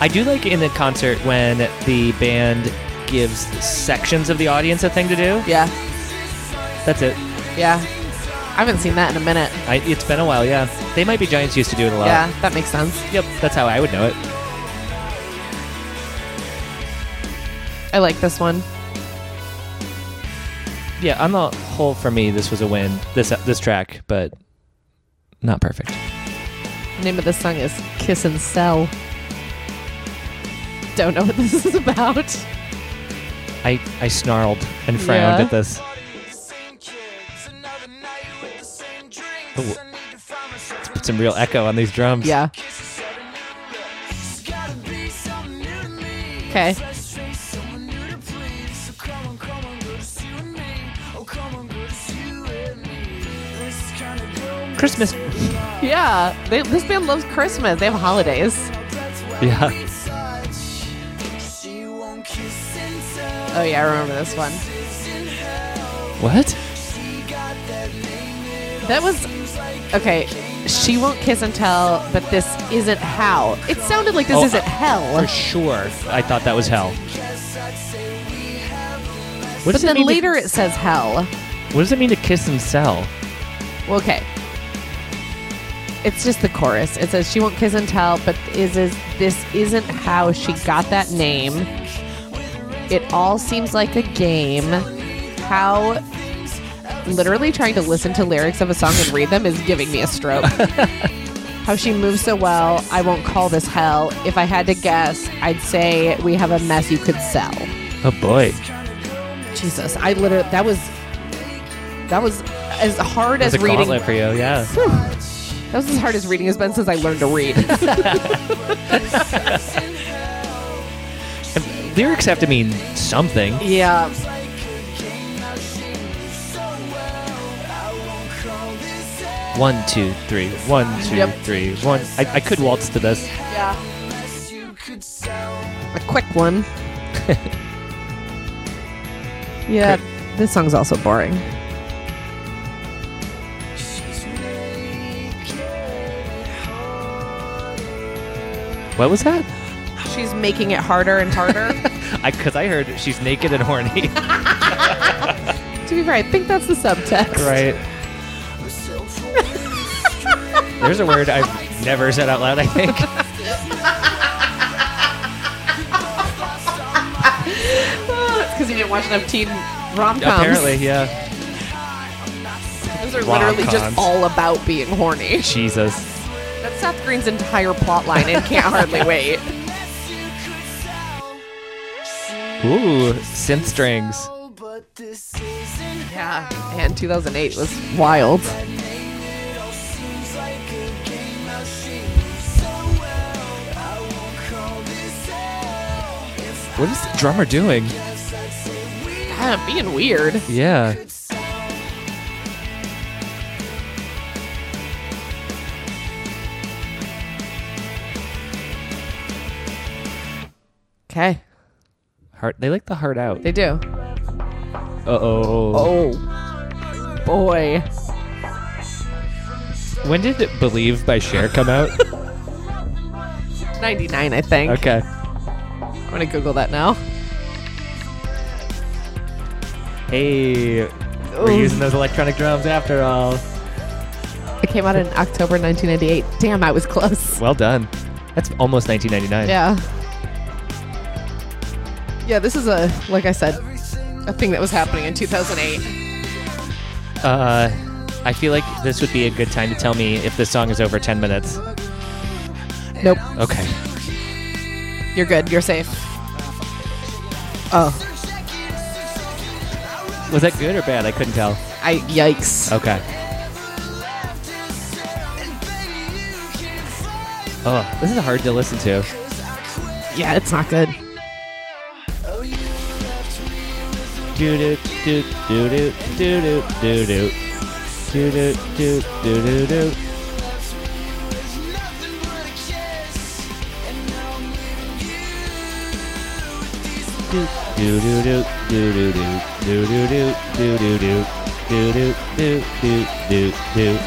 Speaker 1: I do like in a concert when the band gives sections of the audience a thing to do.
Speaker 2: Yeah.
Speaker 1: That's it.
Speaker 2: Yeah. I haven't seen that in a minute.
Speaker 1: I, it's been a while, yeah. They might be giants used to do it a lot.
Speaker 2: Yeah, that makes sense.
Speaker 1: Yep, that's how I would know it.
Speaker 2: I like this one.
Speaker 1: Yeah, on the whole, for me, this was a win. This uh, this track, but not perfect.
Speaker 2: name of this song is Kiss and Sell. Don't know what this is about.
Speaker 1: I I snarled and frowned
Speaker 2: Yeah.
Speaker 1: at this. Ooh. Put some real echo on these drums.
Speaker 2: Yeah. Okay.
Speaker 1: Christmas.
Speaker 2: Yeah. They, this band loves Christmas. They have holidays.
Speaker 1: Yeah.
Speaker 2: Oh, yeah. I remember this one.
Speaker 1: What?
Speaker 2: That was. Okay. She won't kiss and tell, but this isn't how. It sounded like this
Speaker 1: Oh,
Speaker 2: isn't
Speaker 1: uh,
Speaker 2: hell.
Speaker 1: For sure, I thought that was hell. What
Speaker 2: But
Speaker 1: does it
Speaker 2: then
Speaker 1: mean to-
Speaker 2: later it says hell.
Speaker 1: what does it mean to kiss and sell?
Speaker 2: Well, okay. It's just the chorus. It says she won't kiss and tell, but is is this isn't how she got that name. It all seems like a game. How literally trying to listen to lyrics of a song and read them is giving me a stroke. how she moves so well, I won't call this hell. If I had to guess, I'd say we have a mess you could sell.
Speaker 1: Oh boy,
Speaker 2: Jesus, I literally that was that was as hard
Speaker 1: that's a
Speaker 2: as reading
Speaker 1: gauntlet for you. Yeah.
Speaker 2: that was as hard as reading has been since I learned to read.
Speaker 1: And lyrics have to mean something.
Speaker 2: yeah.
Speaker 1: One, two, three. One, two,
Speaker 2: Yep.
Speaker 1: three. One. I, I could waltz to this.
Speaker 2: Yeah. A quick one. yeah. This song's also boring.
Speaker 1: What was that?
Speaker 2: She's making it harder and harder.
Speaker 1: I because I heard she's naked and horny.
Speaker 2: to be fair, I think that's the subtext.
Speaker 1: right. There's a word I've never said out loud. I think.
Speaker 4: because you didn't watch enough teen rom coms.
Speaker 1: Apparently, yeah.
Speaker 2: Those are literally just
Speaker 1: Rom-coms.
Speaker 2: all about being horny.
Speaker 1: Jesus.
Speaker 2: That's Seth Green's entire plot line and can't hardly wait.
Speaker 1: Ooh, synth strings.
Speaker 3: But this isn't
Speaker 2: Yeah. And 2008 was wild.
Speaker 3: It all seems like a game I see so well. I won't call this hell. If
Speaker 1: What is the drummer doing?
Speaker 2: Yeah, being weird.
Speaker 1: Yeah.
Speaker 2: Okay.
Speaker 1: Heart. They like the heart out.
Speaker 2: They do.
Speaker 1: Uh oh.
Speaker 2: Oh. Boy.
Speaker 1: When did "Believe" by Cher come out?
Speaker 2: 99, I think.
Speaker 1: Okay.
Speaker 2: I'm going to Google that now.
Speaker 1: Hey, we're
Speaker 2: Ooh.
Speaker 1: using those electronic drums after all.
Speaker 2: It came out in October 1998. Damn, I was close.
Speaker 1: Well done. That's almost 1999.
Speaker 2: Yeah. Yeah, this is a, like I said, a thing that was happening in 2008.
Speaker 1: Uh, I feel like this would be a good time to tell me if this song is over 10 minutes.
Speaker 2: Nope.
Speaker 1: Okay.
Speaker 2: You're good. You're safe. Oh,
Speaker 1: Was that good or bad? I couldn't tell.
Speaker 2: I yikes.
Speaker 1: Okay. Oh, this is hard to listen to. Oh.
Speaker 2: Yeah, it's not good.
Speaker 1: Do do do do do do do do do do do do do do do. Do do do do do do do do do do do do do do do do do do.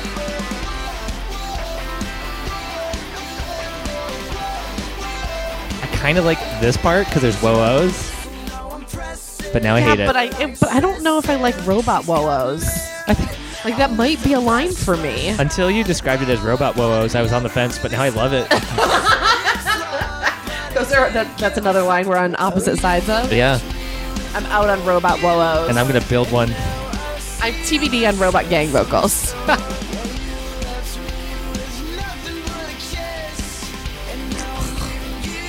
Speaker 1: I kind of like this part because there's wo-ohs, but now I
Speaker 2: yeah,
Speaker 1: hate it.
Speaker 2: but I but I don't know if I like robot woos. Like that might be a line for me.
Speaker 1: Until you described it as robot woos, I was on the fence, but now I love it.
Speaker 2: Those are that, that's another line we're on opposite sides of.
Speaker 1: yeah,
Speaker 2: I'm out on robot woos.
Speaker 1: and I'm gonna build one.
Speaker 2: I'm TBD on robot gang vocals.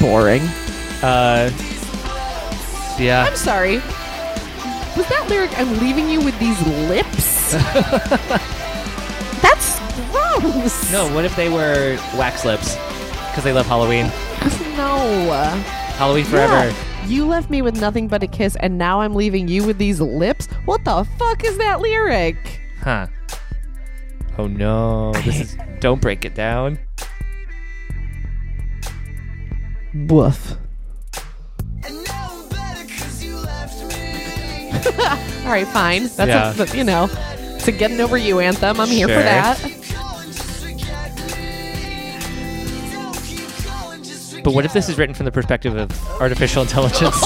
Speaker 2: Boring.
Speaker 1: Uh,
Speaker 3: Oh.
Speaker 1: yeah,
Speaker 2: I'm sorry. Was that lyric I'm leaving you with these lips? that's gross.
Speaker 1: no. What if they were wax lips? Because they love Halloween.
Speaker 2: No.
Speaker 1: Halloween forever.
Speaker 2: Yeah. You left me with nothing but a kiss, and now I'm leaving you with these lips. What the fuck is that lyric?
Speaker 1: Huh. Oh no! This is. Don't break it down.
Speaker 2: Woof. All right, fine. That's
Speaker 1: Yeah.
Speaker 2: a, but, you know, it's a getting over you anthem. I'm here
Speaker 1: Sure.
Speaker 2: for that.
Speaker 1: But what if this is written from the perspective of artificial intelligence?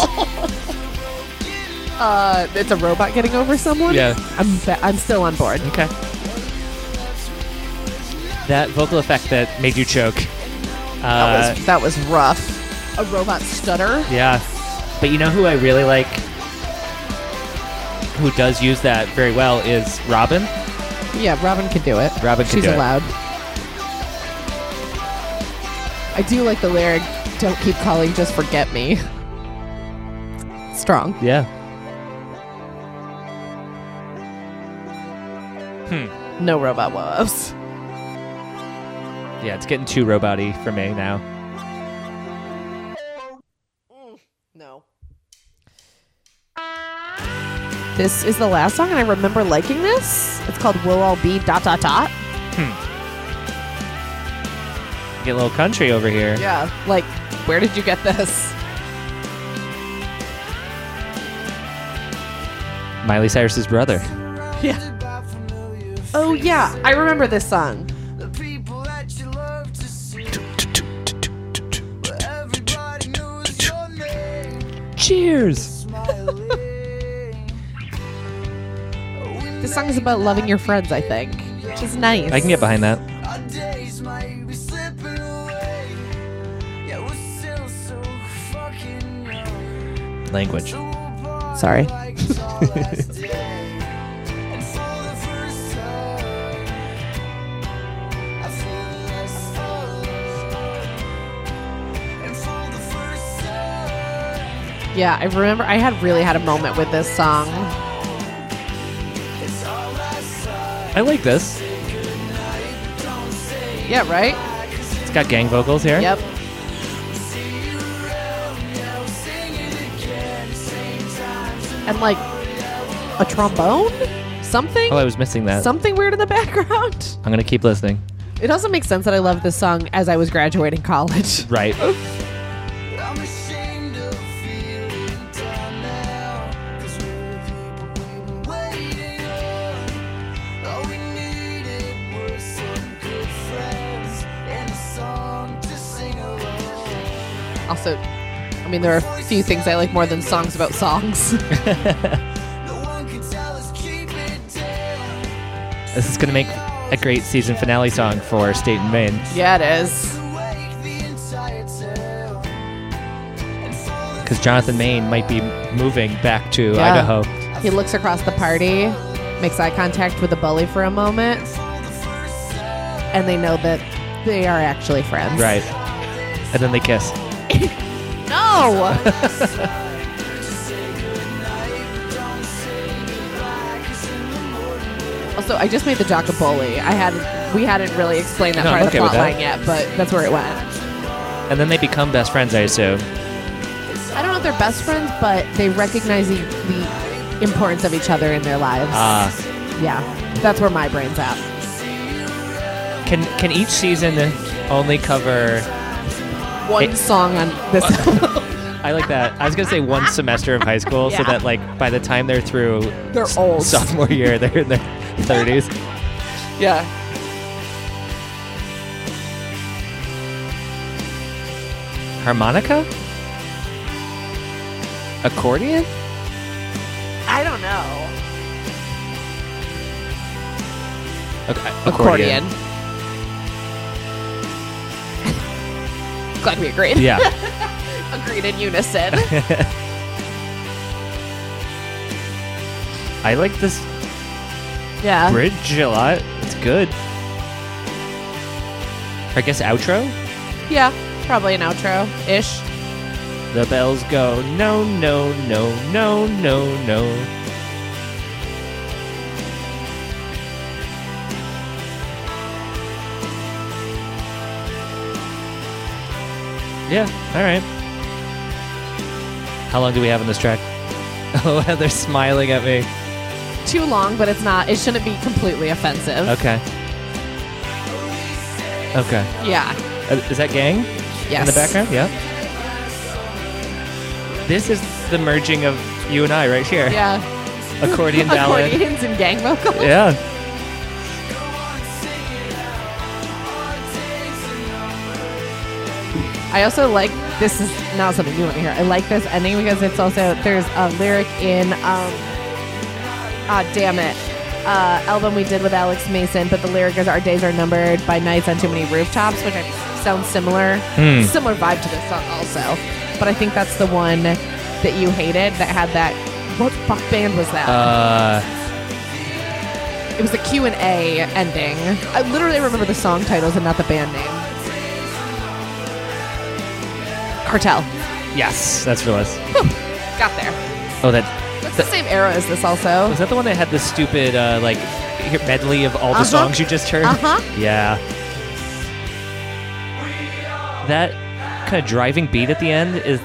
Speaker 2: Uh, it's a robot getting over someone.
Speaker 1: Yeah.
Speaker 2: I'm ba- I'm still on board.
Speaker 1: okay. That vocal effect that made you choke. Uh,
Speaker 2: that was that was rough. A robot stutter.
Speaker 1: Yeah. But you know who I really like who does use that very well is Robin.
Speaker 2: Yeah, Robin could do it.
Speaker 1: Robin could
Speaker 2: She's
Speaker 1: do it.
Speaker 2: allowed. I do like the lyric, don't keep calling, just forget me. Strong.
Speaker 1: Yeah.
Speaker 2: No robot woes.
Speaker 1: Yeah, it's getting too robot-y for me now.
Speaker 2: No. This is the last song, and I remember liking this. It's called We'll All Be dot dot dot.
Speaker 1: Get a little country over here.
Speaker 2: Yeah. Like, where did you get this?
Speaker 1: Miley Cyrus's brother.
Speaker 2: Oh, yeah. I remember this song.
Speaker 1: Cheers.
Speaker 2: This song is about loving your friends, I think, which is nice.
Speaker 1: I can get behind that. Language.
Speaker 2: Sorry.
Speaker 3: like it's our last day. And for the first time, I feel less alone. And for the first time,
Speaker 2: Yeah, I remember I had really had a moment with this song.
Speaker 3: it's all I saw.
Speaker 1: I like this.
Speaker 3: Don't say
Speaker 2: Yeah, right?
Speaker 1: It's got gang vocals here.
Speaker 2: Yep.
Speaker 3: see you around now. Sing it again, same time
Speaker 2: And like a trombone? Something?
Speaker 1: Oh, I was missing that.
Speaker 2: Something weird in the background.
Speaker 1: I'm gonna keep listening.
Speaker 2: It doesn't make sense that I love this song as I was graduating college.
Speaker 1: Right.
Speaker 3: I'm ashamed of feeling down now. Cause we're the people we were waiting on. All we needed were some good friends and a song to sing along.
Speaker 2: Also, I mean, there are a few things I like more than songs about songs.
Speaker 3: No one can tell us, keep it down.
Speaker 1: This is gonna make a great season finale song for State and Maine.
Speaker 2: yeah, it is.
Speaker 3: To wake the entire town. And for the
Speaker 1: Because Jonathan Maine might be moving back to
Speaker 2: Yeah.
Speaker 1: Idaho.
Speaker 2: He looks across the party, makes eye contact with the bully for a moment, and they know that they are actually friends.
Speaker 1: Right. And then they kiss.
Speaker 2: No! also, I just made the jock a bully. I hadn't, we hadn't really explained that
Speaker 1: No,
Speaker 2: part
Speaker 1: I'm
Speaker 2: of the
Speaker 1: okay
Speaker 2: plot
Speaker 1: with that.
Speaker 2: line yet, but that's where it went.
Speaker 1: And then they become best friends, I assume.
Speaker 2: I don't know if they're best friends, but they recognize the, the importance of each other in their lives.
Speaker 1: Ah.
Speaker 2: yeah, that's where my brain's at.
Speaker 1: Can can each season only cover?
Speaker 2: One
Speaker 1: It-
Speaker 2: song on this album.
Speaker 1: I like that. I was gonna say one semester of high school, so
Speaker 2: Yeah.
Speaker 1: that like by the time they're through
Speaker 2: They're old.
Speaker 1: sophomore year, they're in their thirties.
Speaker 2: Yeah.
Speaker 1: Harmonica, accordion.
Speaker 4: I don't know.
Speaker 1: Okay,
Speaker 2: Accordion. Glad we agreed.
Speaker 1: Yeah.
Speaker 2: Agreed in unison.
Speaker 1: I like this
Speaker 2: yeah.
Speaker 1: bridge a lot. It's good. I guess outro.
Speaker 2: Yeah, probably an outro ish.
Speaker 1: The bells go no no no no no no. Yeah, all right. How long do we have on this track? Oh, they're smiling at me.
Speaker 2: Too long, but it's not. It shouldn't be completely offensive.
Speaker 1: Okay. Okay.
Speaker 2: Yeah.
Speaker 1: Uh, Is that gang?
Speaker 2: Yes.
Speaker 1: in the background. Yeah. This is the merging of you and I right here.
Speaker 2: Yeah.
Speaker 1: Accordion ballad.
Speaker 2: Accordions and gang vocals.
Speaker 1: yeah.
Speaker 2: I also like this is not something you want to hear. I like this ending because it's also there's a lyric in um ah damn it. Uh, album we did with Alex Mason, but the lyric is "Our days are numbered by nights on too many rooftops," which I, sounds similar, similar vibe to this song also. But I think that's the one that you hated that had that. What fuck band was that?
Speaker 1: Uh,
Speaker 2: It was the Q and A ending. I literally remember the song titles and not the band name. Cartel.
Speaker 1: yes, that's what it was.
Speaker 2: Got there.
Speaker 1: Oh, that
Speaker 2: That's the same era as this, also.
Speaker 1: was that the one that had the stupid uh, like here- medley of all the
Speaker 2: Uh-huh.
Speaker 1: songs you just heard.
Speaker 2: Uh-huh.
Speaker 1: Yeah. That kind of driving beat at the end is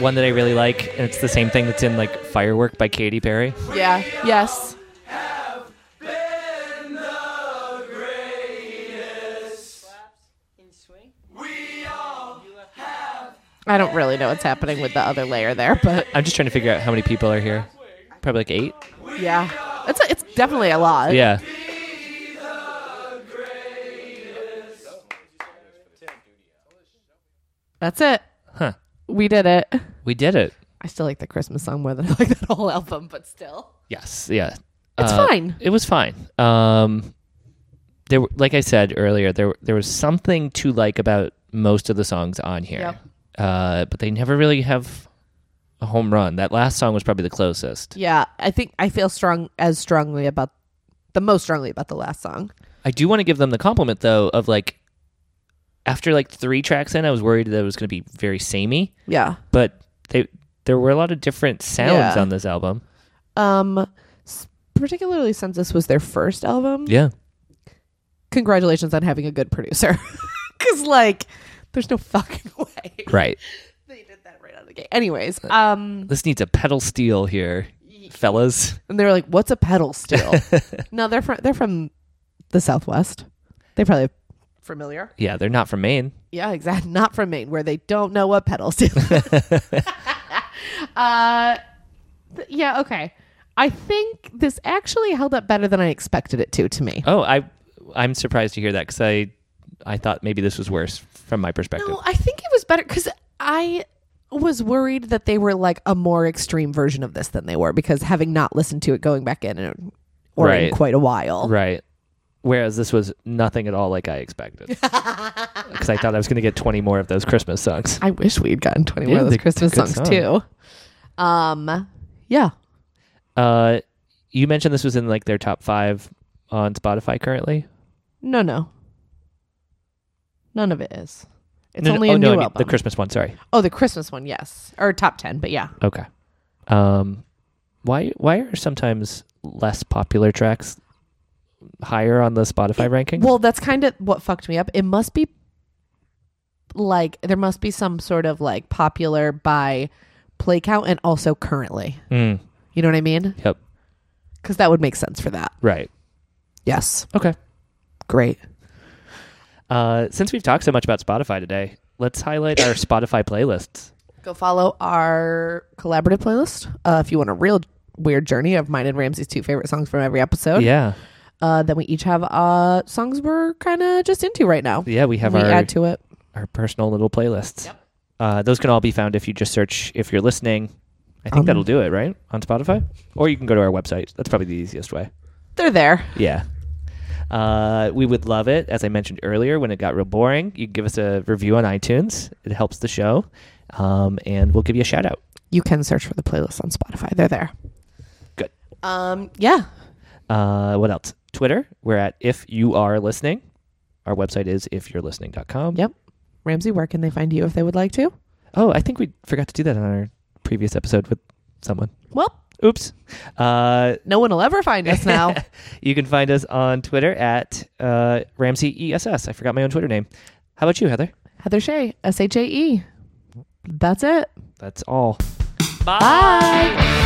Speaker 1: one that I really like, and it's the same thing that's in like Firework by Katy Perry.
Speaker 2: Yeah. Yes. I don't really know what's happening with the other layer there, but
Speaker 1: I'm just trying to figure out how many people are here. Probably like eight.
Speaker 2: yeah, it's a, it's definitely a lot.
Speaker 1: Yeah.
Speaker 2: That's it.
Speaker 1: Huh.
Speaker 2: We did it.
Speaker 1: We did it.
Speaker 2: I still like the Christmas song more than I like that whole album, but still.
Speaker 1: Yes. Yeah. Uh,
Speaker 2: It's fine.
Speaker 1: It was fine. Um, there, were, like I said earlier, there there was something to like about most of the songs on here,
Speaker 2: Yep.
Speaker 1: uh, but they never really have a home run. That last song was probably the closest.
Speaker 2: Yeah, I think I feel strong as strongly about the most strongly about the last song.
Speaker 1: I do want to give them the compliment though of like after like three tracks in, I was worried that it was going to be very samey,
Speaker 2: Yeah.
Speaker 1: but they there were a lot of different sounds
Speaker 2: Yeah.
Speaker 1: on this album.
Speaker 2: Um s- particularly since this was their first album.
Speaker 1: Yeah,
Speaker 2: Congratulations on having a good producer. Cuz like there's no fucking way.
Speaker 1: right.
Speaker 2: They did that right out of the gate. Anyways, um
Speaker 1: This needs a pedal steel here, fellas.
Speaker 2: and they were like what's a pedal steel? no, they're from they're from the southwest. They probably familiar.
Speaker 1: Yeah, they're not from Maine.
Speaker 2: Yeah, exactly. Not from Maine, where they don't know what pedals do. uh, th- yeah, okay. I think this actually held up better than I expected it to. To me,
Speaker 1: Oh, I I'm surprised to hear that because I I thought maybe this was worse from my perspective.
Speaker 2: no, I think it was better because I was worried that they were like a more extreme version of this than they were because having not listened to it going back in and, or
Speaker 1: Right.
Speaker 2: in quite a while.
Speaker 1: Right. Whereas this was nothing at all like I expected. Because I thought I was going to get 20 more of those Christmas songs.
Speaker 2: I wish we'd gotten twenty
Speaker 1: Yeah,
Speaker 2: more of those
Speaker 1: they're-
Speaker 2: Christmas
Speaker 1: they're good
Speaker 2: songs too. Um, yeah,
Speaker 1: Uh, you mentioned this was in like their top five on Spotify currently.
Speaker 2: no, no, none of it is. It's
Speaker 1: No, no-
Speaker 2: only
Speaker 1: oh,
Speaker 2: a
Speaker 1: no,
Speaker 2: new
Speaker 1: I mean
Speaker 2: album.
Speaker 1: the Christmas one. Sorry.
Speaker 2: Oh, the Christmas one, yes, or top ten, but yeah.
Speaker 1: Okay. Um, why why are sometimes less popular tracks higher on the Spotify ranking?
Speaker 2: Well, that's kind of what fucked me up. It must be like there must be some sort of like popular by play count and also currently.
Speaker 1: Mm,
Speaker 2: You know what I mean?
Speaker 1: yep.
Speaker 2: Because that would make sense for that.
Speaker 1: Right.
Speaker 2: Yes,
Speaker 1: Okay.
Speaker 2: great.
Speaker 1: Uh, since we've talked so much about Spotify today, let's highlight our Spotify playlists.
Speaker 2: Go follow our collaborative playlist uh, if you want a real weird journey of mine and Ramsey's two favorite songs from every episode.
Speaker 1: Yeah.
Speaker 2: Uh, then we each have uh, songs we're kind of just into right now.
Speaker 1: Yeah, we have
Speaker 2: we
Speaker 1: our
Speaker 2: add to it.
Speaker 1: our personal little playlists. Uh, those can all be found if you just search if you're listening. I think
Speaker 2: Um.
Speaker 1: that'll do it, right? On Spotify? Or you can go to our website. That's probably the easiest way.
Speaker 2: They're there.
Speaker 1: Yeah. Uh, we would love it, as I mentioned earlier, when it got real boring. You can give us a review on iTunes, it helps the show. Um, and we'll give you a shout out.
Speaker 2: You can search for the playlist on Spotify. They're there.
Speaker 1: Good.
Speaker 2: Um, yeah.
Speaker 1: Uh, what else? Twitter. We're at If You Are Listening. Our website is ifyou'relistening.com.
Speaker 2: Yep. Ramsey, where can they find you if they would like to?
Speaker 1: Oh, I think we forgot to do that on our previous episode with someone.
Speaker 2: Well,
Speaker 1: Oops. Uh,
Speaker 2: no one will ever find us now.
Speaker 1: You can find us on Twitter at uh, Ramsey ESS. I forgot my own Twitter name. How about you, Heather?
Speaker 2: Heather Shea, S H A E. That's it.
Speaker 1: That's all.
Speaker 2: Bye.